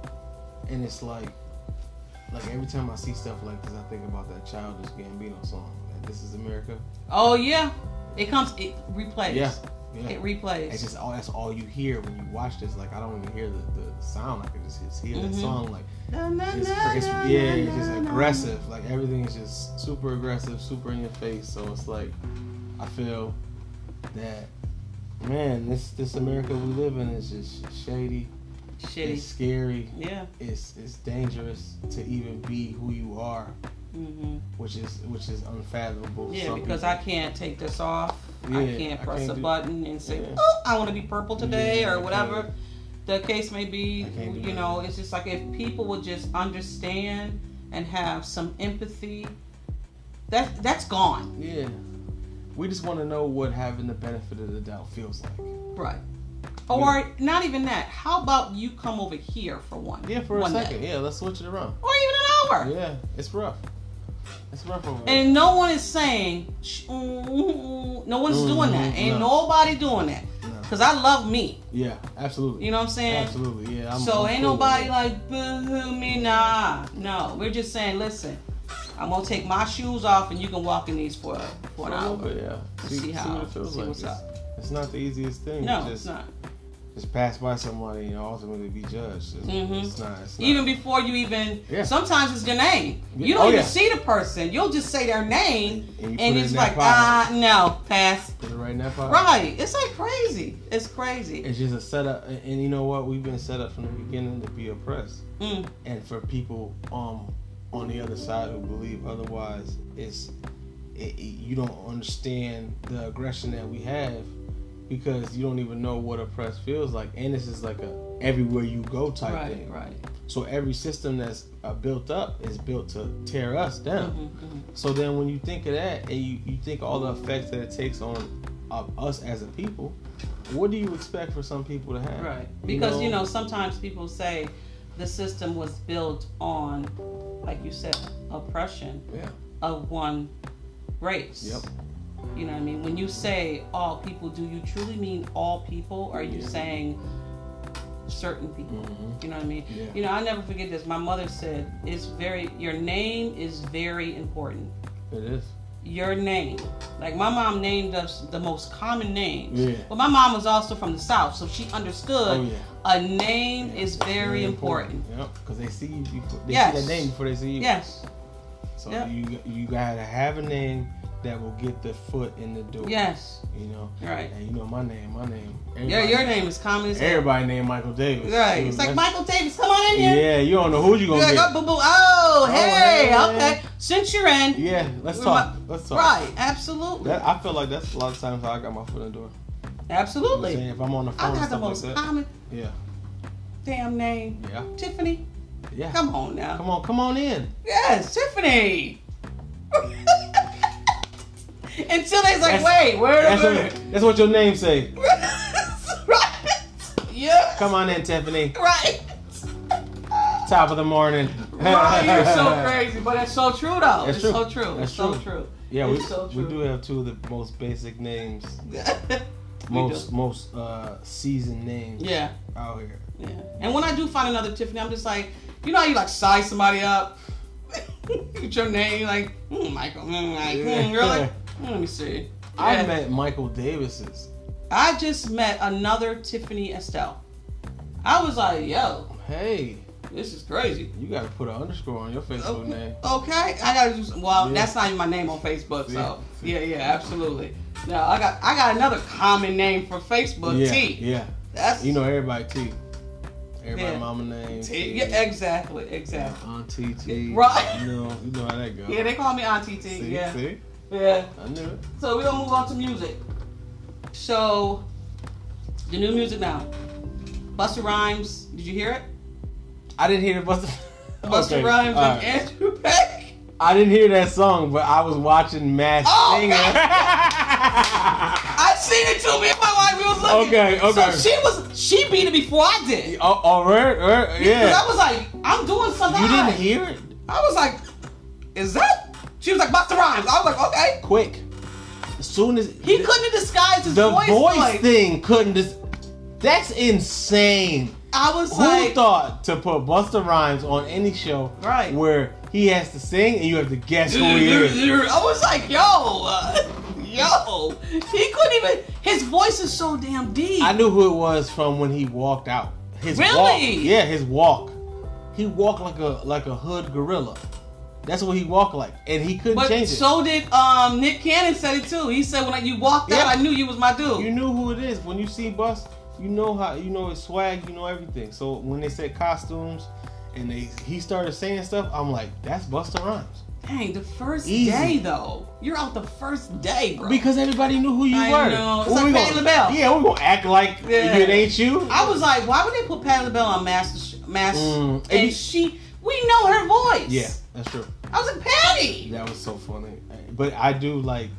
Speaker 2: And it's like, like every time I see stuff like this, I think about that childish Gambino song. Like, this is America.
Speaker 1: Oh yeah, it comes it replays.
Speaker 2: Yeah. Yeah.
Speaker 1: It replays.
Speaker 2: It's just all that's all you hear when you watch this. Like I don't even hear the, the sound. I can just, just hear
Speaker 1: Mhm.
Speaker 2: that song. Like
Speaker 1: Na, na,
Speaker 2: it's,
Speaker 1: na,
Speaker 2: it's-
Speaker 1: na,
Speaker 2: yeah,
Speaker 1: na,
Speaker 2: it's just
Speaker 1: na, na.
Speaker 2: aggressive. Like everything is just super aggressive, super in your face. So it's like I feel that man, this this America we live in is just shady. It's
Speaker 1: Shitty.
Speaker 2: scary.
Speaker 1: Yeah.
Speaker 2: It's it's dangerous to even be who you are,
Speaker 1: Mm-hmm.
Speaker 2: which is which is unfathomable.
Speaker 1: Yeah, because I can't take this off. I
Speaker 2: Yeah,
Speaker 1: can't
Speaker 2: I
Speaker 1: press
Speaker 2: can't
Speaker 1: a
Speaker 2: do-
Speaker 1: button and say,
Speaker 2: Yeah.
Speaker 1: "Oh, I want to be purple today"
Speaker 2: Yeah, I
Speaker 1: or
Speaker 2: can't.
Speaker 1: whatever the case may be.
Speaker 2: I can't do
Speaker 1: You
Speaker 2: that.
Speaker 1: know, it's just like if people would just understand and have some empathy, that that's gone.
Speaker 2: Yeah. We just want to know what having the benefit of the doubt feels like.
Speaker 1: Right. Or not even that. How about you come over here for one?
Speaker 2: Yeah, for a
Speaker 1: one day?
Speaker 2: second. Yeah, let's switch it around.
Speaker 1: Or even an hour.
Speaker 2: Yeah, it's rough. It's rough over there.
Speaker 1: And no one is saying, "Shh, mm, mm, mm." no one's
Speaker 2: Mm,
Speaker 1: doing that.
Speaker 2: mm,
Speaker 1: Ain't
Speaker 2: no.
Speaker 1: nobody doing that.
Speaker 2: No.
Speaker 1: Cause I love me.
Speaker 2: Yeah, absolutely.
Speaker 1: You know what I'm saying?
Speaker 2: Absolutely. Yeah. I'm,
Speaker 1: so
Speaker 2: I'm
Speaker 1: ain't
Speaker 2: cool with
Speaker 1: nobody
Speaker 2: it.
Speaker 1: like boo hoo me nah. No, we're just saying, listen, I'm gonna take my shoes off and you can walk in these for for an
Speaker 2: For a little
Speaker 1: hour.
Speaker 2: bit, yeah.
Speaker 1: See how-
Speaker 2: what it feels
Speaker 1: see
Speaker 2: like.
Speaker 1: what's
Speaker 2: it's, it's not the easiest thing.
Speaker 1: No,
Speaker 2: to
Speaker 1: it's
Speaker 2: just,
Speaker 1: not.
Speaker 2: Just pass by somebody and ultimately be judged. It's,
Speaker 1: Mhm.
Speaker 2: it's not. It's not.
Speaker 1: Even before you even,
Speaker 2: Yeah.
Speaker 1: sometimes it's your name.
Speaker 2: Yeah,
Speaker 1: You don't
Speaker 2: oh,
Speaker 1: even
Speaker 2: yeah.
Speaker 1: see the person. You'll just say their name,
Speaker 2: And you
Speaker 1: and,
Speaker 2: put it in
Speaker 1: it's
Speaker 2: that
Speaker 1: like, ah,
Speaker 2: pile.
Speaker 1: no, pass.
Speaker 2: Put it right in that pocket.
Speaker 1: Right? It's like crazy. It's crazy.
Speaker 2: It's just a setup, and, and you know what? We've been set up from the beginning to be oppressed,
Speaker 1: Mm,
Speaker 2: and for people um on the other side who believe otherwise, it's it, it- you don't understand the aggression that we have because you don't even know what oppressed feels like, and this is like a everywhere you go type
Speaker 1: right,
Speaker 2: thing.
Speaker 1: right.
Speaker 2: So every system that's uh, built up is built to tear us down.
Speaker 1: Mhm, mhm.
Speaker 2: So then when you think of that and you, you think all the effects that it takes on of us as a people, what do you expect for some people to have?
Speaker 1: Right. Because, you know, sometimes people say the system was built on, like you said, oppression
Speaker 2: Yeah.
Speaker 1: of one race.
Speaker 2: Yep.
Speaker 1: You know what I mean? When you say all people, do you truly mean all people? Or are you
Speaker 2: Yeah.
Speaker 1: saying certain people?
Speaker 2: Mhm.
Speaker 1: You know what I mean?
Speaker 2: Yeah.
Speaker 1: You know, I never forget this. My mother said, "It's very your name is very important.
Speaker 2: It is.
Speaker 1: Your name." Like my mom named us the most common names.
Speaker 2: Yeah.
Speaker 1: But my mom was also from the south, so she understood
Speaker 2: Oh yeah.
Speaker 1: a name
Speaker 2: Yeah,
Speaker 1: is
Speaker 2: it's
Speaker 1: very, important.
Speaker 2: Yep. Because they see you before they
Speaker 1: Yes.
Speaker 2: see that name before they see you.
Speaker 1: Yes.
Speaker 2: So
Speaker 1: Yep.
Speaker 2: you you gotta have a name that will get the foot in the door.
Speaker 1: Yes.
Speaker 2: You know.
Speaker 1: Right.
Speaker 2: And you know my name. My name.
Speaker 1: Yeah,
Speaker 2: Everybody-
Speaker 1: your name is common as hell.
Speaker 2: Everybody named Michael Davis.
Speaker 1: Right.
Speaker 2: Dude,
Speaker 1: It's like
Speaker 2: that's-
Speaker 1: Michael Davis, come on in here.
Speaker 2: Mm-hmm. Yeah, you don't know who you
Speaker 1: You're like,
Speaker 2: gonna get.
Speaker 1: oh, boo, boo. Oh, hey,
Speaker 2: hey.
Speaker 1: okay. Since you're in,
Speaker 2: Yeah, let's
Speaker 1: We're
Speaker 2: talk.
Speaker 1: mi-
Speaker 2: Let's talk.
Speaker 1: right? Absolutely,
Speaker 2: That, I feel like that's a lot of times how I got my foot in the door. You know what I'm saying?
Speaker 1: absolutely.
Speaker 2: If I'm on the phone
Speaker 1: I
Speaker 2: and
Speaker 1: got the
Speaker 2: stuff
Speaker 1: most
Speaker 2: like that.
Speaker 1: common
Speaker 2: Yeah.
Speaker 1: damn name,
Speaker 2: Yeah.
Speaker 1: Tiffany.
Speaker 2: Yeah.
Speaker 1: Come on now.
Speaker 2: Come on, come on in.
Speaker 1: Yes, Tiffany. Until they's like,
Speaker 2: That's-
Speaker 1: wait, where
Speaker 2: That's
Speaker 1: are
Speaker 2: what, that's what your name say.
Speaker 1: Right. Yeah.
Speaker 2: Come on in, Tiffany.
Speaker 1: Right.
Speaker 2: Top of the morning.
Speaker 1: Right, you're so crazy, but it's so true though.
Speaker 2: That's
Speaker 1: it's
Speaker 2: true.
Speaker 1: so true.
Speaker 2: That's
Speaker 1: it's so
Speaker 2: true.
Speaker 1: true.
Speaker 2: Yeah, we,
Speaker 1: it's so
Speaker 2: we
Speaker 1: true.
Speaker 2: do have two of the most basic names,
Speaker 1: We
Speaker 2: most
Speaker 1: do.
Speaker 2: most uh seasoned names
Speaker 1: Yeah.
Speaker 2: out here.
Speaker 1: Yeah. And when I do find another Tiffany, I'm just like, you know how you like size somebody up? Get your name, like, mm, Michael, mm, like, mm, really? Mm, let me see.
Speaker 2: I
Speaker 1: Yeah.
Speaker 2: met Michael Davis's.
Speaker 1: I just met another Tiffany Estelle. I was like, yo,
Speaker 2: Hey,
Speaker 1: this is crazy.
Speaker 2: you gotta put an underscore on your Facebook name.
Speaker 1: Okay, I gotta do some, well,
Speaker 2: Yeah.
Speaker 1: that's not even my name on Facebook, so
Speaker 2: Yeah.
Speaker 1: yeah, yeah, absolutely. Now I got I got another common name for Facebook,
Speaker 2: yeah,
Speaker 1: T.
Speaker 2: yeah.
Speaker 1: That's
Speaker 2: You know everybody T. Everybody
Speaker 1: Yeah.
Speaker 2: mama name.
Speaker 1: T. Yeah, exactly, exactly.
Speaker 2: Auntie T.
Speaker 1: Right.
Speaker 2: You know, you know how that goes.
Speaker 1: Yeah, they call me Auntie T.
Speaker 2: See,
Speaker 1: yeah,
Speaker 2: see?
Speaker 1: yeah.
Speaker 2: I knew it.
Speaker 1: So we're gonna move on to music. So the new music now. Buster Rhymes, did you hear it?
Speaker 2: I didn't hear the Buster.
Speaker 1: Buster
Speaker 2: Okay,
Speaker 1: Rhymes
Speaker 2: all
Speaker 1: and
Speaker 2: right.
Speaker 1: Andrew Peck.
Speaker 2: I didn't hear that song, but I was watching Mass
Speaker 1: Oh,
Speaker 2: Singer.
Speaker 1: I seen it too. Me and my wife, we was looking.
Speaker 2: Okay, okay.
Speaker 1: So she was she beat it before I did.
Speaker 2: oh, oh, right, right,
Speaker 1: Because I
Speaker 2: yeah.
Speaker 1: was like, I'm doing something.
Speaker 2: You didn't
Speaker 1: right.
Speaker 2: hear it?
Speaker 1: I was like, is that? She was like Buster Rhymes. I was like, okay.
Speaker 2: Quick. As soon as
Speaker 1: He couldn't have disguised his
Speaker 2: the
Speaker 1: voice.
Speaker 2: voice
Speaker 1: like-
Speaker 2: thing couldn't just. That's insane.
Speaker 1: I was
Speaker 2: Who
Speaker 1: like,
Speaker 2: thought to put Buster Rhymes on any show
Speaker 1: Right.
Speaker 2: where he has to sing and you have to guess who he is?
Speaker 1: I was like, yo, uh, yo. He couldn't even. His voice is so damn deep.
Speaker 2: I knew who it was from when he walked out. His
Speaker 1: Really?
Speaker 2: walk. Yeah, his walk. He walked like a like a hood gorilla. That's what he walked like, and he couldn't
Speaker 1: but
Speaker 2: change it.
Speaker 1: so did um, Nick Cannon said it too. He said when you walked out,
Speaker 2: Yeah.
Speaker 1: I knew you was my dude.
Speaker 2: you knew who it is when you see Bust. You know how you know his swag. You know everything. So when they said costumes, and they he started saying stuff, I'm like, that's Buster Rhymes
Speaker 1: Dang, the first
Speaker 2: Easy.
Speaker 1: day though. You're out the first day, bro.
Speaker 2: because everybody knew who you
Speaker 1: I
Speaker 2: were.
Speaker 1: know. It's
Speaker 2: What
Speaker 1: like
Speaker 2: we
Speaker 1: Patti
Speaker 2: gonna-
Speaker 1: LaBelle.
Speaker 2: Yeah, we're gonna act like
Speaker 1: Yeah.
Speaker 2: it ain't you.
Speaker 1: I was like, why would they put Patty LaBelle on Master Mass?
Speaker 2: Mm.
Speaker 1: And,
Speaker 2: And you-
Speaker 1: she, we know her voice.
Speaker 2: yeah, that's true.
Speaker 1: I was like, Patty.
Speaker 2: That was so funny. But I do like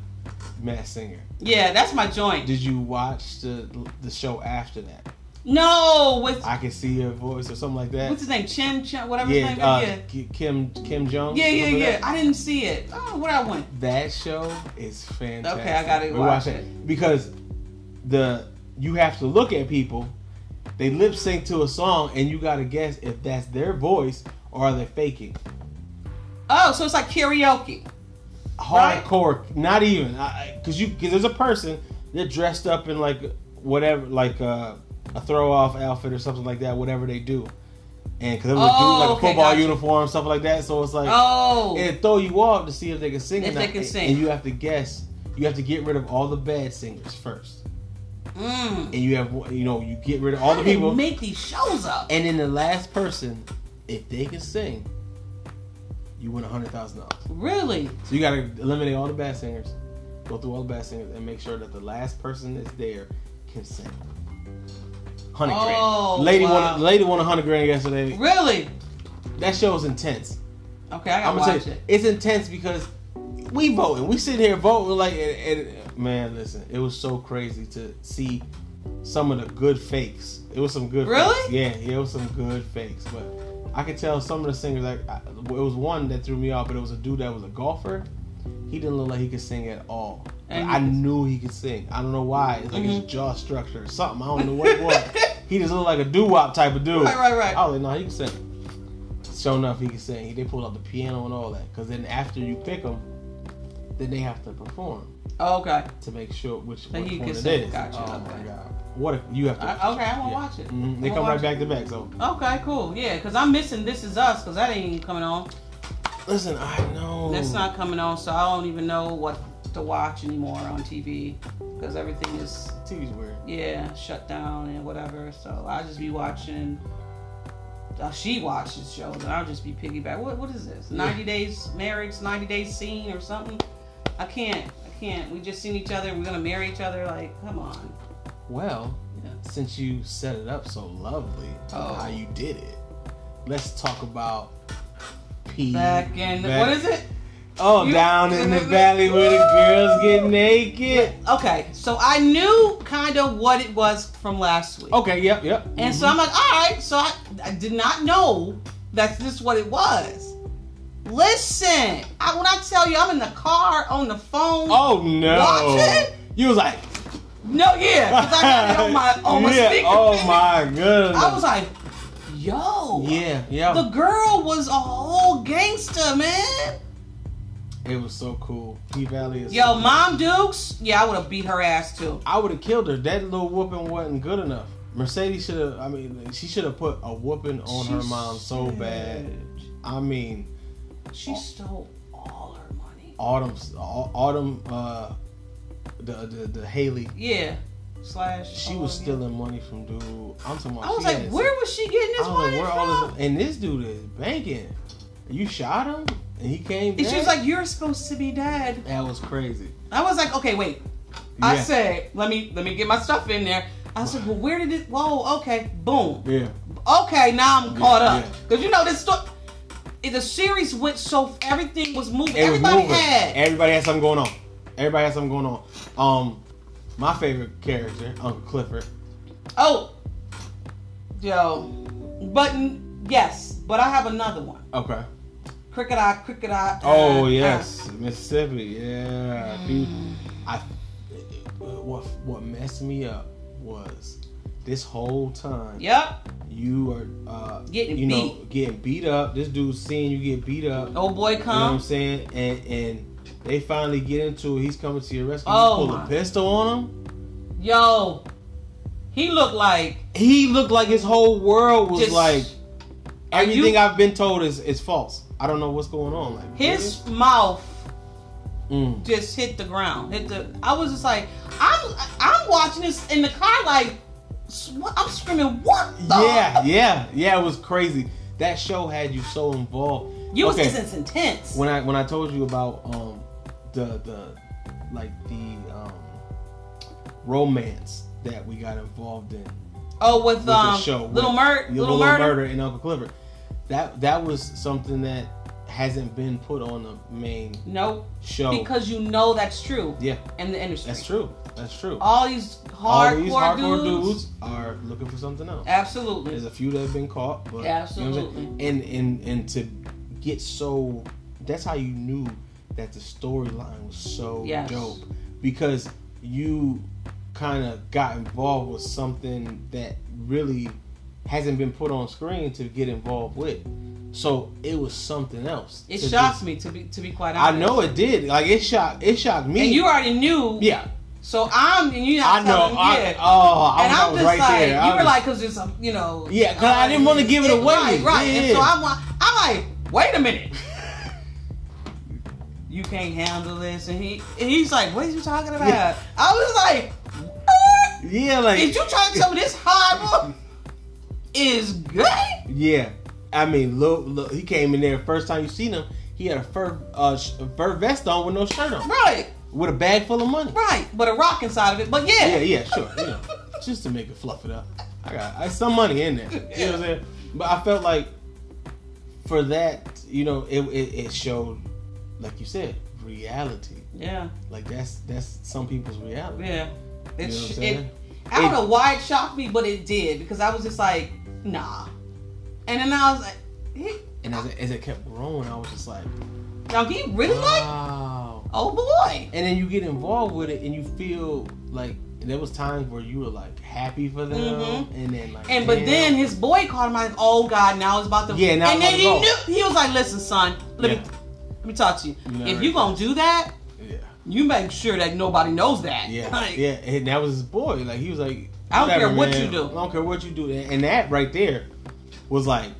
Speaker 2: Matt Singer.
Speaker 1: Yeah, that's my joint.
Speaker 2: Did you watch the the show after that?
Speaker 1: No, with
Speaker 2: I can see your voice or something like that.
Speaker 1: what's his name, Chin, Chin whatever
Speaker 2: yeah,
Speaker 1: his name
Speaker 2: uh,
Speaker 1: is. Yeah.
Speaker 2: K- Kim Kim Jones.
Speaker 1: Yeah, yeah,
Speaker 2: remember
Speaker 1: yeah.
Speaker 2: that?
Speaker 1: I didn't see it. Oh, where I went.
Speaker 2: That show is fantastic.
Speaker 1: Okay, I gotta
Speaker 2: We
Speaker 1: watch
Speaker 2: watched
Speaker 1: it.
Speaker 2: because the you have to look at people. They lip sync to a song, and you gotta guess if that's their voice or are they faking.
Speaker 1: Oh, so it's like karaoke. Right.
Speaker 2: Hardcore, not even because you because there's a person they're dressed up in like whatever like uh, a throw off outfit or something like that, whatever they do, and because it was
Speaker 1: Oh,
Speaker 2: a dude like
Speaker 1: okay,
Speaker 2: a football
Speaker 1: gotcha.
Speaker 2: uniform, stuff like that. So it's like
Speaker 1: Oh,
Speaker 2: and throw you off to see if they can sing. or
Speaker 1: If
Speaker 2: not.
Speaker 1: they can
Speaker 2: And-
Speaker 1: sing.
Speaker 2: And you have to guess. You have to get rid of all the bad singers first,
Speaker 1: mm.
Speaker 2: and you have you know you get rid of all
Speaker 1: How
Speaker 2: the
Speaker 1: they
Speaker 2: people,
Speaker 1: make these shows up.
Speaker 2: and then the last person, if they can sing, you win a hundred thousand dollars.
Speaker 1: Really?
Speaker 2: So you gotta eliminate all the bad singers, go through all the bad singers, and make sure that the last person that's there can sing. Hundred
Speaker 1: Oh,
Speaker 2: grand. Lady
Speaker 1: wow.
Speaker 2: won. Lady won a hundred grand yesterday.
Speaker 1: Really?
Speaker 2: That show is intense.
Speaker 1: Okay, I gotta
Speaker 2: I'm gonna
Speaker 1: watch
Speaker 2: tell you,
Speaker 1: it.
Speaker 2: it's intense because we voting. We sitting here voting like, and, and man, listen, it was so crazy to see some of the good fakes. It was some good.
Speaker 1: Really?
Speaker 2: Fakes. Yeah, yeah, it was some good fakes. But I could tell some of the singers. Like, I, it was one that threw me off, but it was a dude that was a golfer. He didn't look like he could sing at all. But
Speaker 1: And-
Speaker 2: I knew he could sing. I don't know why. It's like
Speaker 1: Mhm.
Speaker 2: his jaw structure or something. I don't know what it was. he just looked like a doo wop type of dude.
Speaker 1: Right, right, right.
Speaker 2: I was like, Oh, no, he can sing. Sure enough, he can sing. They pulled out the piano and all that. Because then after you pick them, then they have to perform
Speaker 1: Oh, okay.
Speaker 2: to make sure which
Speaker 1: That
Speaker 2: which
Speaker 1: he
Speaker 2: one
Speaker 1: can
Speaker 2: it
Speaker 1: sing.
Speaker 2: is.
Speaker 1: Gotcha,
Speaker 2: Oh
Speaker 1: okay.
Speaker 2: my god! What a, you have to?
Speaker 1: I, okay, I'm gonna watch it.
Speaker 2: Mhm, They
Speaker 1: I'ma
Speaker 2: come right
Speaker 1: watch
Speaker 2: back to back. So
Speaker 1: Okay, cool. Yeah, because I'm missing This Is Us because that ain't even coming on.
Speaker 2: listen, I know
Speaker 1: That's not coming on, so I don't even know what to watch anymore on TV because everything is
Speaker 2: TV's weird.
Speaker 1: yeah shut down and whatever. So I just be watching. Uh, she watches shows, and I'll just be piggyback. What what is this? Ninety days marriage, ninety days scene or something? I can't. I can't. We just seen each other. and We're gonna marry each other. Like, come on.
Speaker 2: Well,
Speaker 1: Yeah.
Speaker 2: since you set it up so lovely, tell
Speaker 1: Oh.
Speaker 2: how you did it. Let's talk about P.
Speaker 1: Back in
Speaker 2: back-
Speaker 1: what is it?
Speaker 2: Oh,
Speaker 1: You-
Speaker 2: down in the valley where the girls get naked.
Speaker 1: Okay, so I knew kind of what it was from last week.
Speaker 2: Okay, yep, yep.
Speaker 1: And so I'm like, all right. So I, I did not know that's this what it was. Listen, I, when I tell you, I'm in the car on the phone.
Speaker 2: Oh no!
Speaker 1: Watch it?
Speaker 2: You was like,
Speaker 1: No, yeah, because I got it on my on my
Speaker 2: yeah,
Speaker 1: speaker.
Speaker 2: oh my goodness!
Speaker 1: I was like, yo,
Speaker 2: yeah, yeah.
Speaker 1: The girl was a whole gangster, man.
Speaker 2: it was so cool. P Valley is.
Speaker 1: Yo, Mom Dukes, yeah, I would have beat her ass too.
Speaker 2: I would have killed her. That little whooping wasn't good enough. Mercedes should have. I mean, she should have put a whooping on her
Speaker 1: She
Speaker 2: mom so
Speaker 1: should.
Speaker 2: bad. I mean,
Speaker 1: She stole all her money.
Speaker 2: Autumn, Autumn, uh, the the, the Haley.
Speaker 1: Yeah, slash.
Speaker 2: She
Speaker 1: all
Speaker 2: was
Speaker 1: of you.
Speaker 2: stealing money from dude. I'm talking about.
Speaker 1: Oh, I was
Speaker 2: she
Speaker 1: like,
Speaker 2: had
Speaker 1: where was she getting this
Speaker 2: I was like,
Speaker 1: money
Speaker 2: where
Speaker 1: from?
Speaker 2: all this, and this dude is banking. You shot him, and he came.
Speaker 1: And she was
Speaker 2: back?
Speaker 1: like, "You're supposed to be dead."
Speaker 2: that was crazy.
Speaker 1: I was like, "Okay, wait." I
Speaker 2: Yeah.
Speaker 1: said, "Let me let me get my stuff in there." I said, "Well, where did it? Whoa, okay, boom.
Speaker 2: Yeah,
Speaker 1: Okay, now I'm
Speaker 2: Yeah,
Speaker 1: caught up
Speaker 2: yeah.
Speaker 1: because you know this story. The series went so everything was moving.
Speaker 2: it was
Speaker 1: Everybody
Speaker 2: moving.
Speaker 1: had
Speaker 2: Everybody had something going on. Everybody had something going on. Um, my favorite character, Uncle Clifford.
Speaker 1: oh, yo, but n- yes, but I have another one.
Speaker 2: Okay.
Speaker 1: Cricket eye, cricket eye.
Speaker 2: Oh
Speaker 1: uh, Mm.
Speaker 2: yes, Mississippi. Yeah. Dude, I what what messed me up was this whole
Speaker 1: uh,
Speaker 2: time
Speaker 1: Yep.
Speaker 2: you are uh,
Speaker 1: Getting
Speaker 2: you know getting beat up. This dude's seeing you get beat up.
Speaker 1: Old boy,
Speaker 2: You know what
Speaker 1: come.
Speaker 2: I'm saying? And and they finally get into it. He's coming to your rescue.
Speaker 1: Oh,
Speaker 2: you pull
Speaker 1: my.
Speaker 2: a pistol on him.
Speaker 1: Yo, he looked like
Speaker 2: He looked like his whole world was
Speaker 1: just
Speaker 2: like
Speaker 1: Are
Speaker 2: everything
Speaker 1: you-
Speaker 2: I've been told is is false. I don't know what's going on. Like
Speaker 1: his mouth
Speaker 2: really? Mm.
Speaker 1: just hit the ground. Hit the. I was just like, I'm I'm watching this in the car like, s- what- I'm screaming, what? The?
Speaker 2: yeah, yeah, yeah. It was crazy. That show had you so involved.
Speaker 1: You
Speaker 2: Okay.
Speaker 1: was just intense.
Speaker 2: when I when I told you about um the the like the um romance that we got involved in
Speaker 1: oh, with,
Speaker 2: with
Speaker 1: um,
Speaker 2: the show,
Speaker 1: little
Speaker 2: with
Speaker 1: murder,
Speaker 2: your
Speaker 1: little, murder.
Speaker 2: and Uncle Clifford. That that was something that hasn't been put on the main
Speaker 1: Nope.
Speaker 2: show.
Speaker 1: Because you know that's true
Speaker 2: yeah,
Speaker 1: in the industry.
Speaker 2: that's true. That's true.
Speaker 1: All these
Speaker 2: All
Speaker 1: hardcore, dudes,
Speaker 2: are looking for something else.
Speaker 1: Absolutely.
Speaker 2: There's a few that have been caught, but You know what I'm
Speaker 1: Absolutely.
Speaker 2: saying? and and and to get so that's how you knew that the storyline was so
Speaker 1: Yes.
Speaker 2: dope because you kind of got involved with something that really hasn't been put on screen to get involved with. So it was something else.
Speaker 1: it
Speaker 2: to
Speaker 1: shocked
Speaker 2: just-
Speaker 1: me to be to be quite
Speaker 2: I
Speaker 1: honest.
Speaker 2: know it did. Like it shocked. It shocked me.
Speaker 1: And you already knew.
Speaker 2: yeah.
Speaker 1: So I'm and you.
Speaker 2: I know.
Speaker 1: Telling,
Speaker 2: I,
Speaker 1: yeah.
Speaker 2: Oh, I
Speaker 1: and
Speaker 2: was, I
Speaker 1: I'm
Speaker 2: was
Speaker 1: just
Speaker 2: right
Speaker 1: like,
Speaker 2: there. I
Speaker 1: you were
Speaker 2: was-
Speaker 1: like, cause it's a, you know.
Speaker 2: Yeah, 'cause I didn't wanna give it away.
Speaker 1: Right, right. And
Speaker 2: Yeah.
Speaker 1: so I'm like, I'm like, wait a minute. You can't handle this, and he, and he's like, what are you talking about?
Speaker 2: Yeah.
Speaker 1: I was like, what?
Speaker 2: yeah, like
Speaker 1: Did you try to tell me this horrible is good?
Speaker 2: Yeah, I mean, look, look, he came in there first time you seen him. He had a fur uh, sh- a fur vest on with no shirt on,
Speaker 1: Right,
Speaker 2: with a bag full of money.
Speaker 1: right. But a rock inside of it. But yeah,
Speaker 2: Yeah, yeah, sure, you know, just to make it fluff it up. I got I, some money in there. You know what I'm saying? But I felt like for that, you know, it it, it showed, like you said, reality.
Speaker 1: Yeah.
Speaker 2: Like that's that's some people's reality.
Speaker 1: Yeah.
Speaker 2: You know
Speaker 1: It,
Speaker 2: what I'm
Speaker 1: sh it,
Speaker 2: saying?
Speaker 1: I don't
Speaker 2: It-
Speaker 1: know why it shocked me, but it did because I was just like, nah. And then I was like, he,
Speaker 2: And as it, as it kept growing, I was just like,
Speaker 1: now he really like,
Speaker 2: wow.
Speaker 1: oh boy.
Speaker 2: And then you get involved with it, and you feel like there was times where you were like happy for them,
Speaker 1: Mhm.
Speaker 2: and then like,
Speaker 1: And but
Speaker 2: damn.
Speaker 1: then his boy called him like, oh god, now it's about to.
Speaker 2: Yeah, now
Speaker 1: and
Speaker 2: it's
Speaker 1: then he
Speaker 2: about to
Speaker 1: knew he was like, listen, son, let
Speaker 2: Yeah.
Speaker 1: me let me talk to you.
Speaker 2: You know,
Speaker 1: if
Speaker 2: right.
Speaker 1: you gonna do that,
Speaker 2: yeah,
Speaker 1: you make sure that nobody knows that.
Speaker 2: yeah,
Speaker 1: Like,
Speaker 2: yeah, and that was his boy. Like he was like,
Speaker 1: I don't care
Speaker 2: "Whatever,
Speaker 1: what
Speaker 2: man.
Speaker 1: you do."
Speaker 2: I don't care what you do, and and that right there was like,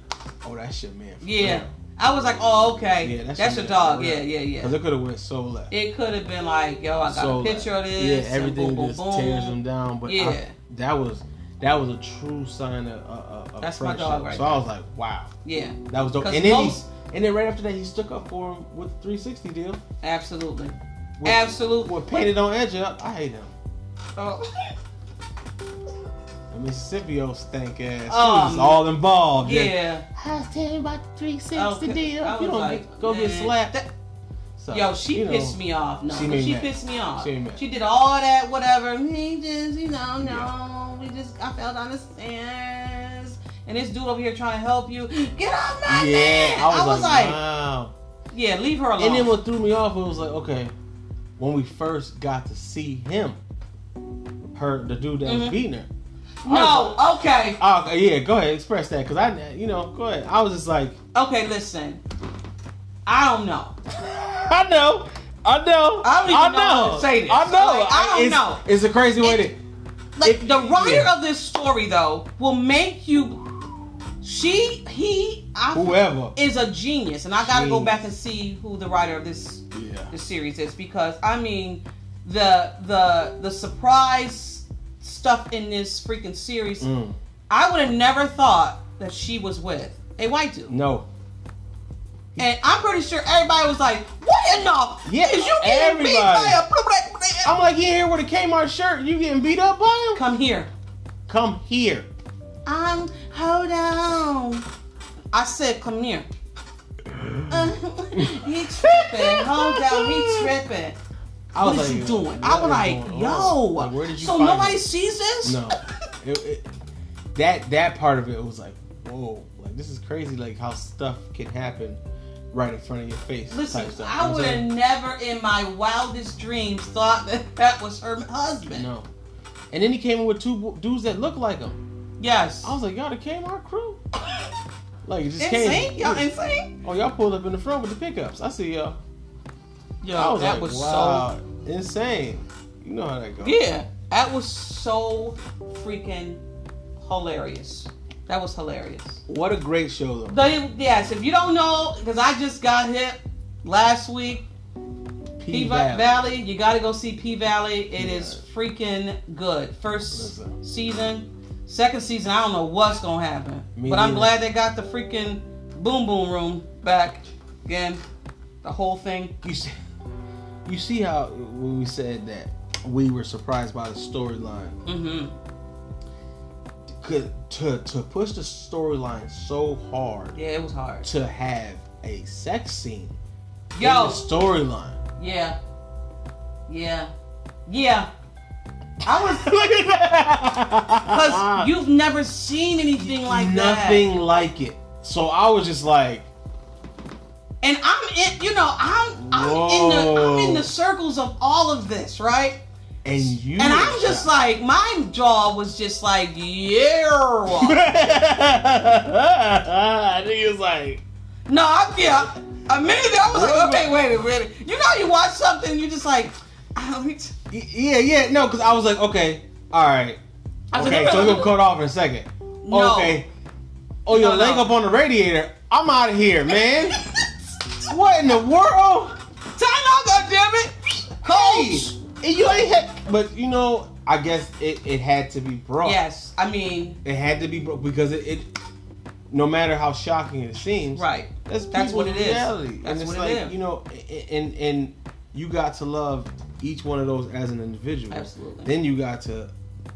Speaker 2: oh, that shit, man. for
Speaker 1: yeah.
Speaker 2: real.
Speaker 1: I was like, oh okay,
Speaker 2: Yeah,
Speaker 1: that's, your
Speaker 2: shit
Speaker 1: dog.
Speaker 2: for real.
Speaker 1: Yeah, yeah, yeah.
Speaker 2: Cause it could have went so left.
Speaker 1: It could have been like, yo, I got
Speaker 2: so
Speaker 1: a
Speaker 2: left.
Speaker 1: picture of this.
Speaker 2: Yeah, everything
Speaker 1: and boom,
Speaker 2: just
Speaker 1: boom, boom.
Speaker 2: tears them down. But I-
Speaker 1: Yeah.
Speaker 2: that was that was a true sign of, of, of
Speaker 1: That's my
Speaker 2: friendship.
Speaker 1: dog right
Speaker 2: so I was like, wow,
Speaker 1: Yeah,
Speaker 2: that was dope.
Speaker 1: 'Cause
Speaker 2: And then he-
Speaker 1: most-
Speaker 2: and then right after that, he stuck up for him with the 360 deal.
Speaker 1: absolutely,
Speaker 2: With,
Speaker 1: absolutely.
Speaker 2: With painted on edge, I, I hate him.
Speaker 1: Oh.
Speaker 2: And Mississippi old stank ass. He
Speaker 1: Oh,
Speaker 2: was just all involved. just,
Speaker 1: yeah.
Speaker 2: I was telling you about the 360
Speaker 1: Okay.
Speaker 2: deal.
Speaker 1: I
Speaker 2: You
Speaker 1: was
Speaker 2: don't
Speaker 1: like,
Speaker 2: get, go get
Speaker 1: man,
Speaker 2: slapped.
Speaker 1: that-
Speaker 2: So,
Speaker 1: Yo, she
Speaker 2: you know,
Speaker 1: pissed me off. No,
Speaker 2: she
Speaker 1: she,
Speaker 2: made mad.
Speaker 1: pissed me off.
Speaker 2: She
Speaker 1: She,
Speaker 2: made mad.
Speaker 1: did all that, whatever. He just, you know, no,
Speaker 2: Yeah.
Speaker 1: we just, I fell down the stairs. And this dude over here trying to help you. Get off my
Speaker 2: Yeah,
Speaker 1: man!
Speaker 2: I was, like,
Speaker 1: like,
Speaker 2: wow.
Speaker 1: yeah, leave her alone.
Speaker 2: And then what threw me off it was like, okay, when we first got to see him, her the dude that was
Speaker 1: Mhm.
Speaker 2: beating her.
Speaker 1: no, okay.
Speaker 2: Oh okay, yeah, go ahead, express that, cause I, you know, go ahead. I was just like,
Speaker 1: Okay, listen. I don't know.
Speaker 2: I know, I know,
Speaker 1: I don't even know how to say this.
Speaker 2: I know,
Speaker 1: Like, I don't
Speaker 2: it's,
Speaker 1: know.
Speaker 2: It's a crazy way to.
Speaker 1: like
Speaker 2: It-
Speaker 1: the writer
Speaker 2: yeah.
Speaker 1: of this story though will make you she he I,
Speaker 2: Whoever.
Speaker 1: is a genius and i gotta go
Speaker 2: Genius.
Speaker 1: back and see who the writer of this
Speaker 2: Yeah.
Speaker 1: this series is because i mean the the the surprise stuff in this freaking series
Speaker 2: Mm,
Speaker 1: i would have never thought that she was with a white dude
Speaker 2: no.
Speaker 1: and i'm pretty sure everybody was like what in the
Speaker 2: Yeah,
Speaker 1: is you getting beat by
Speaker 2: everybody.
Speaker 1: a blah, blah, blah,
Speaker 2: I'm like, you here with a Kmart shirt, and you getting beat up by him?
Speaker 1: come here
Speaker 2: Come here.
Speaker 1: I'm hold on. I said, come here. Uh, he tripping. Hold on, he tripping.
Speaker 2: I
Speaker 1: What
Speaker 2: was
Speaker 1: is you
Speaker 2: like,
Speaker 1: doing?
Speaker 2: what
Speaker 1: I was
Speaker 2: is
Speaker 1: like,
Speaker 2: going
Speaker 1: yo.
Speaker 2: on? Like, where did you
Speaker 1: so
Speaker 2: find
Speaker 1: nobody
Speaker 2: him?
Speaker 1: sees this?
Speaker 2: No, it, it, that that part of it was like, whoa, like this is crazy, like how stuff can happen right in front of your face.
Speaker 1: Listen,
Speaker 2: type stuff. You know
Speaker 1: I
Speaker 2: what
Speaker 1: would have
Speaker 2: I'm
Speaker 1: never in my wildest dreams thought that that was her husband.
Speaker 2: saying? No. And then he came in with two bo- dudes that looked like him.
Speaker 1: Yes.
Speaker 2: I was like, y'all the Kmart crew? Like it just
Speaker 1: insane?
Speaker 2: came.
Speaker 1: Y'all insane?
Speaker 2: oh, y'all pulled up in the front with the pickups. I see y'all.
Speaker 1: Yo,
Speaker 2: I was
Speaker 1: that
Speaker 2: like,
Speaker 1: was
Speaker 2: wow, insane. You know how that goes.
Speaker 1: so. Yeah, that was so freaking hilarious. That was hilarious.
Speaker 2: What a great show though.
Speaker 1: But it, yes, if you don't know, because I just got hit last week, P Valley. You got to go see P Valley. It is freaking good. First
Speaker 2: Listen.
Speaker 1: season, second season. I don't know what's gonna happen,
Speaker 2: Me
Speaker 1: but I'm
Speaker 2: neither.
Speaker 1: glad they got the freaking Boom Boom Room back again. The whole thing.
Speaker 2: you see, you see how when we said that we were surprised by the storyline
Speaker 1: hmm
Speaker 2: Could- to to push the storyline so hard
Speaker 1: Yeah, it was hard.
Speaker 2: to have a sex scene in
Speaker 1: Yo,
Speaker 2: the storyline
Speaker 1: yeah, yeah, yeah. I was
Speaker 2: look at that
Speaker 1: because you've never seen anything like that.
Speaker 2: nothing like it so i was just like
Speaker 1: and I'm in, you know, I'm I'm in the I'm in the circles of all of this, right?
Speaker 2: and you
Speaker 1: and I'm just like, my jaw was just like, yeah.
Speaker 2: i think it's like
Speaker 1: no, I yeah. Immediately, I was
Speaker 2: Wait a
Speaker 1: like, okay, wait a minute. You know, you watch something, you just like, I don't.
Speaker 2: y- yeah yeah no because i was like okay all right
Speaker 1: I was
Speaker 2: Okay,
Speaker 1: like,
Speaker 2: so it's gonna cut off in a second.
Speaker 1: No.
Speaker 2: Okay. Oh, your
Speaker 1: No, no.
Speaker 2: leg up on the radiator. I'm out of here, man. what in the world?
Speaker 1: Time out, goddammit. Coach.
Speaker 2: Hey, you ain't had, but you know, I guess it, it had to be brought.
Speaker 1: Yes, I mean,
Speaker 2: It had to be broke because it, it no matter how shocking it seems,
Speaker 1: right.
Speaker 2: That's
Speaker 1: That's what
Speaker 2: people's
Speaker 1: it is.
Speaker 2: Reality.
Speaker 1: That's
Speaker 2: and it's
Speaker 1: what it
Speaker 2: like,
Speaker 1: is.
Speaker 2: you know, a- and and you got to love each one of those as an individual.
Speaker 1: Absolutely.
Speaker 2: Then you got to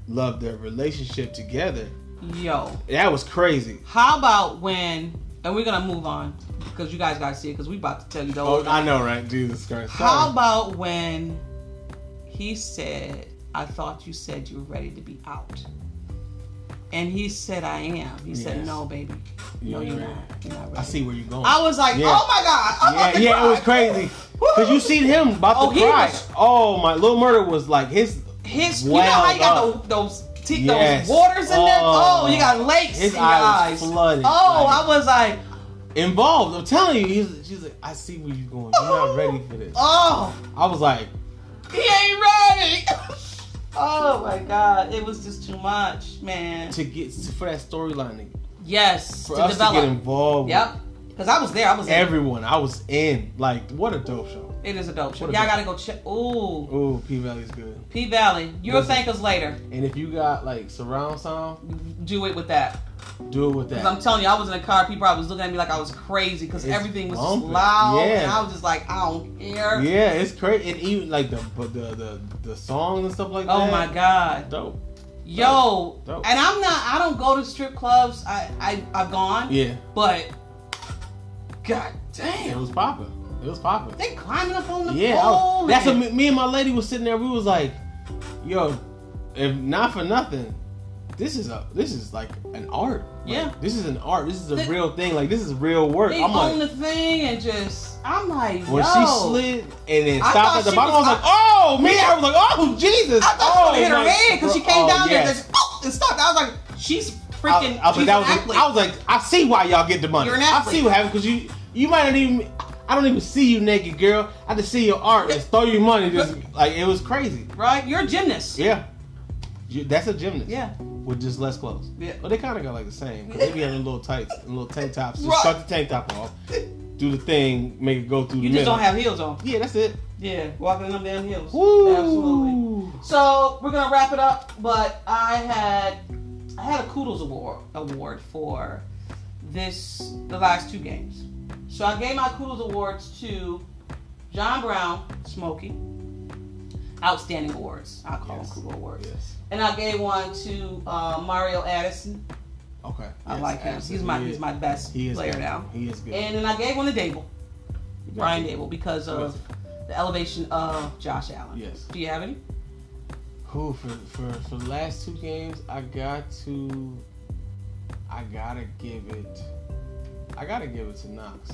Speaker 2: love their relationship together.
Speaker 1: Yo,
Speaker 2: That was crazy.
Speaker 1: how about when? and we're gonna move on because you guys gotta see it because we about to tell you the whole
Speaker 2: Oh, I know, right? Jesus Christ.
Speaker 1: How
Speaker 2: Sorry.
Speaker 1: about when he said, I thought you said you were ready to be out? And he said, I am. He said,
Speaker 2: Yes.
Speaker 1: No, baby.
Speaker 2: You
Speaker 1: No,
Speaker 2: ain't
Speaker 1: you're
Speaker 2: ready.
Speaker 1: not. You're not ready.
Speaker 2: I see where you're going.
Speaker 1: I was like,
Speaker 2: Yeah.
Speaker 1: Oh my God. I
Speaker 2: yeah,
Speaker 1: fucking
Speaker 2: yeah, it was
Speaker 1: cried."
Speaker 2: crazy. Cause you seen him about
Speaker 1: Oh,
Speaker 2: to
Speaker 1: he
Speaker 2: cry.
Speaker 1: was-
Speaker 2: Oh my, Little Murder was like his.
Speaker 1: His, you know
Speaker 2: welled
Speaker 1: how you got
Speaker 2: up.
Speaker 1: the, those te-
Speaker 2: Yes.
Speaker 1: those waters in there?
Speaker 2: Oh.
Speaker 1: Oh, you got lakes
Speaker 2: His
Speaker 1: in your
Speaker 2: eye was
Speaker 1: eyes.
Speaker 2: flooded,
Speaker 1: Oh,
Speaker 2: like-
Speaker 1: I was like,
Speaker 2: involved. I'm telling you, he's, she's like, I see where you're going. You're not ready for this.
Speaker 1: Oh,
Speaker 2: I was like,
Speaker 1: he ain't ready. oh my God. It was just too much, man.
Speaker 2: to get for that storyline to-
Speaker 1: Yes,
Speaker 2: for
Speaker 1: to
Speaker 2: us
Speaker 1: develop.
Speaker 2: to get involved.
Speaker 1: Yep. Because I was there. I was
Speaker 2: with
Speaker 1: there.
Speaker 2: everyone, I was in. Like, what a dope show.
Speaker 1: It is a dope show.
Speaker 2: What a
Speaker 1: Y'all
Speaker 2: dope-
Speaker 1: gotta go check. Ooh.
Speaker 2: Ooh, P Valley's good.
Speaker 1: P Valley. You'll
Speaker 2: Listen.
Speaker 1: thank us later.
Speaker 2: And if you got like surround sound,
Speaker 1: Do it with that.
Speaker 2: do it with
Speaker 1: Because I'm
Speaker 2: that.
Speaker 1: telling you, I was in a car. People probably was looking at me like I was crazy because
Speaker 2: It's
Speaker 1: everything was
Speaker 2: bumping.
Speaker 1: just loud.
Speaker 2: Yeah.
Speaker 1: And I was just like, I don't care.
Speaker 2: Yeah, it's crazy. And even like the but the the, the songs and stuff like
Speaker 1: Oh
Speaker 2: that.
Speaker 1: my God.
Speaker 2: dope.
Speaker 1: Yo.
Speaker 2: Dope.
Speaker 1: And I'm not, I don't go to strip clubs. I, I, I've gone.
Speaker 2: Yeah,
Speaker 1: But, god
Speaker 2: it
Speaker 1: damn.
Speaker 2: was popping. It was popping.
Speaker 1: They climbing up on the
Speaker 2: Yeah, I was-
Speaker 1: pole.
Speaker 2: that's what
Speaker 1: and-
Speaker 2: me, me and my lady was sitting there. We was like, "Yo, if not for nothing, this is a this is like an art. Like,
Speaker 1: Yeah.
Speaker 2: this is an art. This is a
Speaker 1: They-
Speaker 2: real thing. Like this is real work."
Speaker 1: They
Speaker 2: I'm
Speaker 1: own
Speaker 2: like,
Speaker 1: the thing and just, I'm like,
Speaker 2: when
Speaker 1: yo.
Speaker 2: she slid and then
Speaker 1: I
Speaker 2: stopped
Speaker 1: thought
Speaker 2: at the
Speaker 1: she
Speaker 2: bottom,
Speaker 1: was-
Speaker 2: I was like, "Oh man!" I was like, "Oh Jesus!"
Speaker 1: I thought she
Speaker 2: oh,
Speaker 1: she hit her
Speaker 2: my-
Speaker 1: head because she came
Speaker 2: oh,
Speaker 1: down there
Speaker 2: yes.
Speaker 1: and just, oh, and stopped. I was like, she's freaking.
Speaker 2: I, I was
Speaker 1: she's
Speaker 2: like, that was
Speaker 1: an
Speaker 2: like,
Speaker 1: athlete.
Speaker 2: I was like, I see why y'all get the money.
Speaker 1: You're an
Speaker 2: I
Speaker 1: athlete.
Speaker 2: see what happened because you you might not even. I don't even see you naked, girl. I just see your art. Just throw your money. Just like it was crazy.
Speaker 1: right? You're a gymnast.
Speaker 2: Yeah, You- that's a gymnast.
Speaker 1: Yeah.
Speaker 2: with just less clothes.
Speaker 1: Yeah.
Speaker 2: Well, they kind of got like the same. 'cause they be having little tights and little tank tops. Just
Speaker 1: Right.
Speaker 2: cut the tank top off, do the thing, make it go through
Speaker 1: You
Speaker 2: the
Speaker 1: just
Speaker 2: middle.
Speaker 1: don't have heels on.
Speaker 2: Yeah, that's it.
Speaker 1: Yeah, walking them damn heels.
Speaker 2: Woo!
Speaker 1: Absolutely. So we're gonna wrap it up, but I had I had a kudos award award for this the last two games. So I gave my kudos awards to John Brown, Smokey. Outstanding awards. I call
Speaker 2: Yes.
Speaker 1: them kudos awards.
Speaker 2: Yes.
Speaker 1: And I gave one to uh, Mario Addison.
Speaker 2: Okay.
Speaker 1: I
Speaker 2: Yes,
Speaker 1: like him. He's
Speaker 2: absolutely.
Speaker 1: my
Speaker 2: He
Speaker 1: he's
Speaker 2: is-
Speaker 1: my best
Speaker 2: he is
Speaker 1: player
Speaker 2: good.
Speaker 1: now.
Speaker 2: He is good.
Speaker 1: And then I gave one to Dable, Brian Dable, because of
Speaker 2: Yes.
Speaker 1: the elevation of Josh Allen.
Speaker 2: Yes.
Speaker 1: Do you have any?
Speaker 2: Who for for for the last two games? I got to. I gotta give it. I gotta give it to Knox.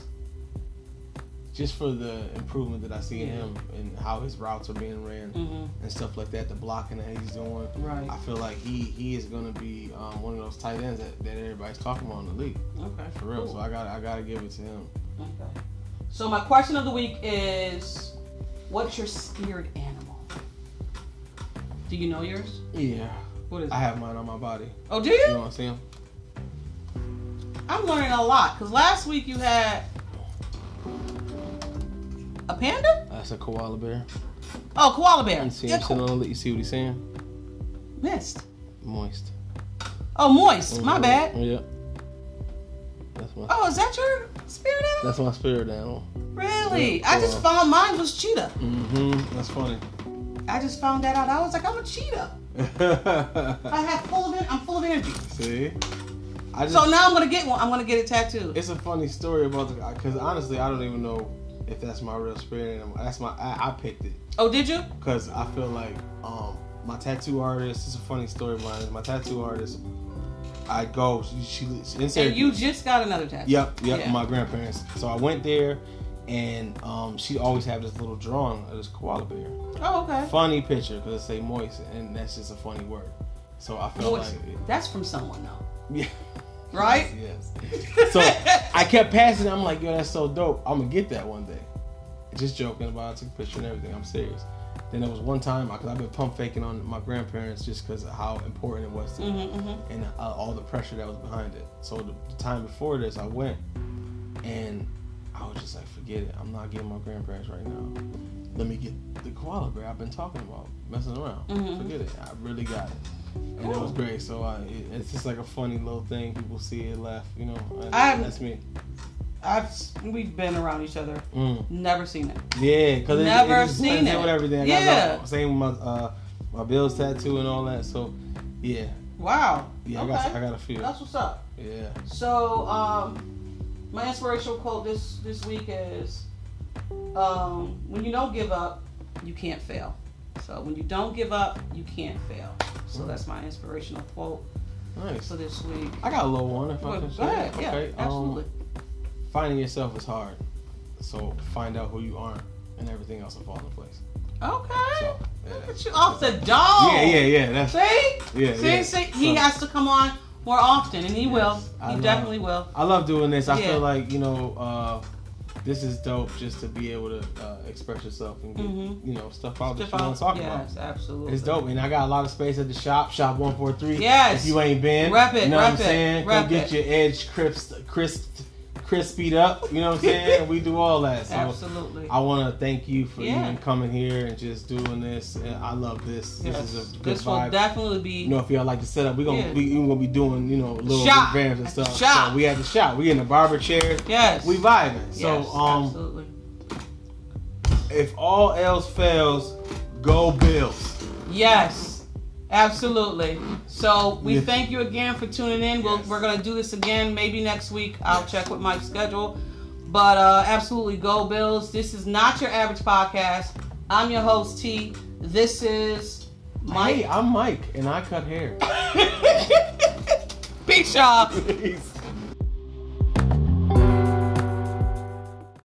Speaker 2: Just for the improvement that I see in
Speaker 1: Yeah.
Speaker 2: him and how his routes are being ran
Speaker 1: Mm-hmm.
Speaker 2: and stuff like that, the blocking that he's doing.
Speaker 1: Right.
Speaker 2: I feel like he he is gonna be um, one of those tight ends that, that everybody's talking about in the league
Speaker 1: Okay.
Speaker 2: for real.
Speaker 1: Cool.
Speaker 2: So I got I gotta give it to him.
Speaker 1: Okay. So my question of the week is, what's your spirit animal? Do you know yours?
Speaker 2: Yeah,
Speaker 1: What is it?
Speaker 2: I have mine on my body.
Speaker 1: oh, do
Speaker 2: You know
Speaker 1: you?
Speaker 2: what I'm saying?
Speaker 1: I'm learning a lot because last week you had a panda.
Speaker 2: That's a koala bear.
Speaker 1: Oh, koala bear.
Speaker 2: You see him
Speaker 1: Yeah,
Speaker 2: sitting
Speaker 1: cool.
Speaker 2: on it? You see what he's saying?
Speaker 1: Missed.
Speaker 2: Moist.
Speaker 1: Oh, moist. My
Speaker 2: Mhm.
Speaker 1: bad.
Speaker 2: Yep. That's my
Speaker 1: Oh, is that your spirit animal?
Speaker 2: that's my spirit animal.
Speaker 1: Really?
Speaker 2: Yeah,
Speaker 1: I just
Speaker 2: cool.
Speaker 1: found mine was cheetah.
Speaker 2: Mm-hmm. That's funny.
Speaker 1: I just found that out. I was like, I'm a cheetah. I have full of it. I'm full of energy.
Speaker 2: see, I just
Speaker 1: So now I'm gonna get one. I'm gonna get it tattooed.
Speaker 2: it's a funny story about the because honestly I don't even know if that's my real spirit animal. That's my I, I picked it.
Speaker 1: oh, did you?
Speaker 2: Cause I feel like um my tattoo artist. It's a funny story, of mine. My tattoo artist. I go. She, she lives in
Speaker 1: And you
Speaker 2: Syracuse.
Speaker 1: just got another tattoo.
Speaker 2: Yep, yep.
Speaker 1: Yeah.
Speaker 2: My grandparents. So I went there, and um she always had this little drawing of this koala bear.
Speaker 1: Oh, okay.
Speaker 2: Funny picture because it say moist, and that's just a funny word. So I felt
Speaker 1: Moist.
Speaker 2: like it,
Speaker 1: That's from someone though,
Speaker 2: yeah.
Speaker 1: right?
Speaker 2: Yes. So I kept passing. I'm like, yo, that's so dope. I'm gonna get that one day. Just joking about. it. I took a picture and everything. I'm serious. Then there was one time because I've been pump faking on my grandparents just because of how important it was to me
Speaker 1: Mhm, mhm.
Speaker 2: and uh, all the pressure that was behind it. So the, the time before this, I went and I was just like, forget it. I'm not getting my grandparents right now. Let me get the koala bear I've been talking about, messing around.
Speaker 1: Mhm.
Speaker 2: Forget it. I really got it. And it
Speaker 1: Cool.
Speaker 2: was great. So I, it, it's just like a funny little thing. People see it, laugh. You know, and
Speaker 1: I-
Speaker 2: that's me.
Speaker 1: I've s- we've been around each other.
Speaker 2: Mm.
Speaker 1: Never seen it.
Speaker 2: Yeah, because it,
Speaker 1: Never
Speaker 2: it just
Speaker 1: seen
Speaker 2: blends in
Speaker 1: it.
Speaker 2: with everything. I
Speaker 1: Yeah.
Speaker 2: got no- same with my uh, my Bill's tattoo and all that. So yeah,
Speaker 1: Wow.
Speaker 2: yeah,
Speaker 1: okay.
Speaker 2: I got I got a few.
Speaker 1: That's what's up.
Speaker 2: Yeah.
Speaker 1: So um, my inspirational quote this this week is, um, "When you don't give up, you can't fail." So when you don't give up, you can't fail. So
Speaker 2: Mm.
Speaker 1: that's my inspirational quote
Speaker 2: Nice.
Speaker 1: for this week.
Speaker 2: I got a little one if I
Speaker 1: Well,
Speaker 2: can
Speaker 1: go ahead.
Speaker 2: share.
Speaker 1: Yeah,
Speaker 2: Okay, um,
Speaker 1: absolutely.
Speaker 2: finding yourself is hard. So find out who you aren't, and everything else will fall into place.
Speaker 1: okay.
Speaker 2: So yeah,
Speaker 1: Look
Speaker 2: that's-
Speaker 1: at you off the dog.
Speaker 2: yeah, yeah, yeah. That's
Speaker 1: See?
Speaker 2: yeah,
Speaker 1: Oh. see,
Speaker 2: yeah.
Speaker 1: see? He
Speaker 2: So-
Speaker 1: has to come on more often, and he will.
Speaker 2: I
Speaker 1: He
Speaker 2: love-
Speaker 1: definitely will.
Speaker 2: I love doing this. I
Speaker 1: Yeah.
Speaker 2: feel like you know, uh, this is dope just to be able to uh, express yourself and get
Speaker 1: Mhm.
Speaker 2: you know stuff out that
Speaker 1: Step
Speaker 2: you want
Speaker 1: out.
Speaker 2: to talk about.
Speaker 1: yes, absolutely.
Speaker 2: It's dope, and I got a lot of space at the shop, shop one four three.
Speaker 1: Yes.
Speaker 2: if you ain't been,
Speaker 1: Rep it,
Speaker 2: You know what
Speaker 1: rep
Speaker 2: I'm
Speaker 1: it,
Speaker 2: saying?
Speaker 1: rep
Speaker 2: Go
Speaker 1: it.
Speaker 2: get your edge crisp, crisp, crispied up. You know what I'm saying? we do all that. So
Speaker 1: Absolutely.
Speaker 2: I want to thank you for
Speaker 1: Yeah.
Speaker 2: even coming here and just doing this. And I love this.
Speaker 1: Yes.
Speaker 2: This is a good
Speaker 1: This will
Speaker 2: vibe.
Speaker 1: definitely be.
Speaker 2: you know, if y'all like the setup, we're gonna
Speaker 1: Yeah.
Speaker 2: be we're gonna be doing you know little
Speaker 1: Shop.
Speaker 2: bands and
Speaker 1: At the
Speaker 2: stuff.
Speaker 1: shop.
Speaker 2: So we at the shop. We in the barber chair.
Speaker 1: yes.
Speaker 2: We vibing. So
Speaker 1: Yes,
Speaker 2: um,
Speaker 1: absolutely.
Speaker 2: if all else fails, go Bills.
Speaker 1: Yes, absolutely. So we
Speaker 2: Yeah.
Speaker 1: thank you again for tuning in. We'll,
Speaker 2: Yes.
Speaker 1: We're going to do this again maybe next week. I'll
Speaker 2: Yes.
Speaker 1: check with Mike's schedule. But uh, absolutely, go Bills. This is not your average podcast. I'm your host, T. This is Mike.
Speaker 2: Hey, I'm Mike, and I cut hair.
Speaker 1: Peace, y'all.
Speaker 2: Peace.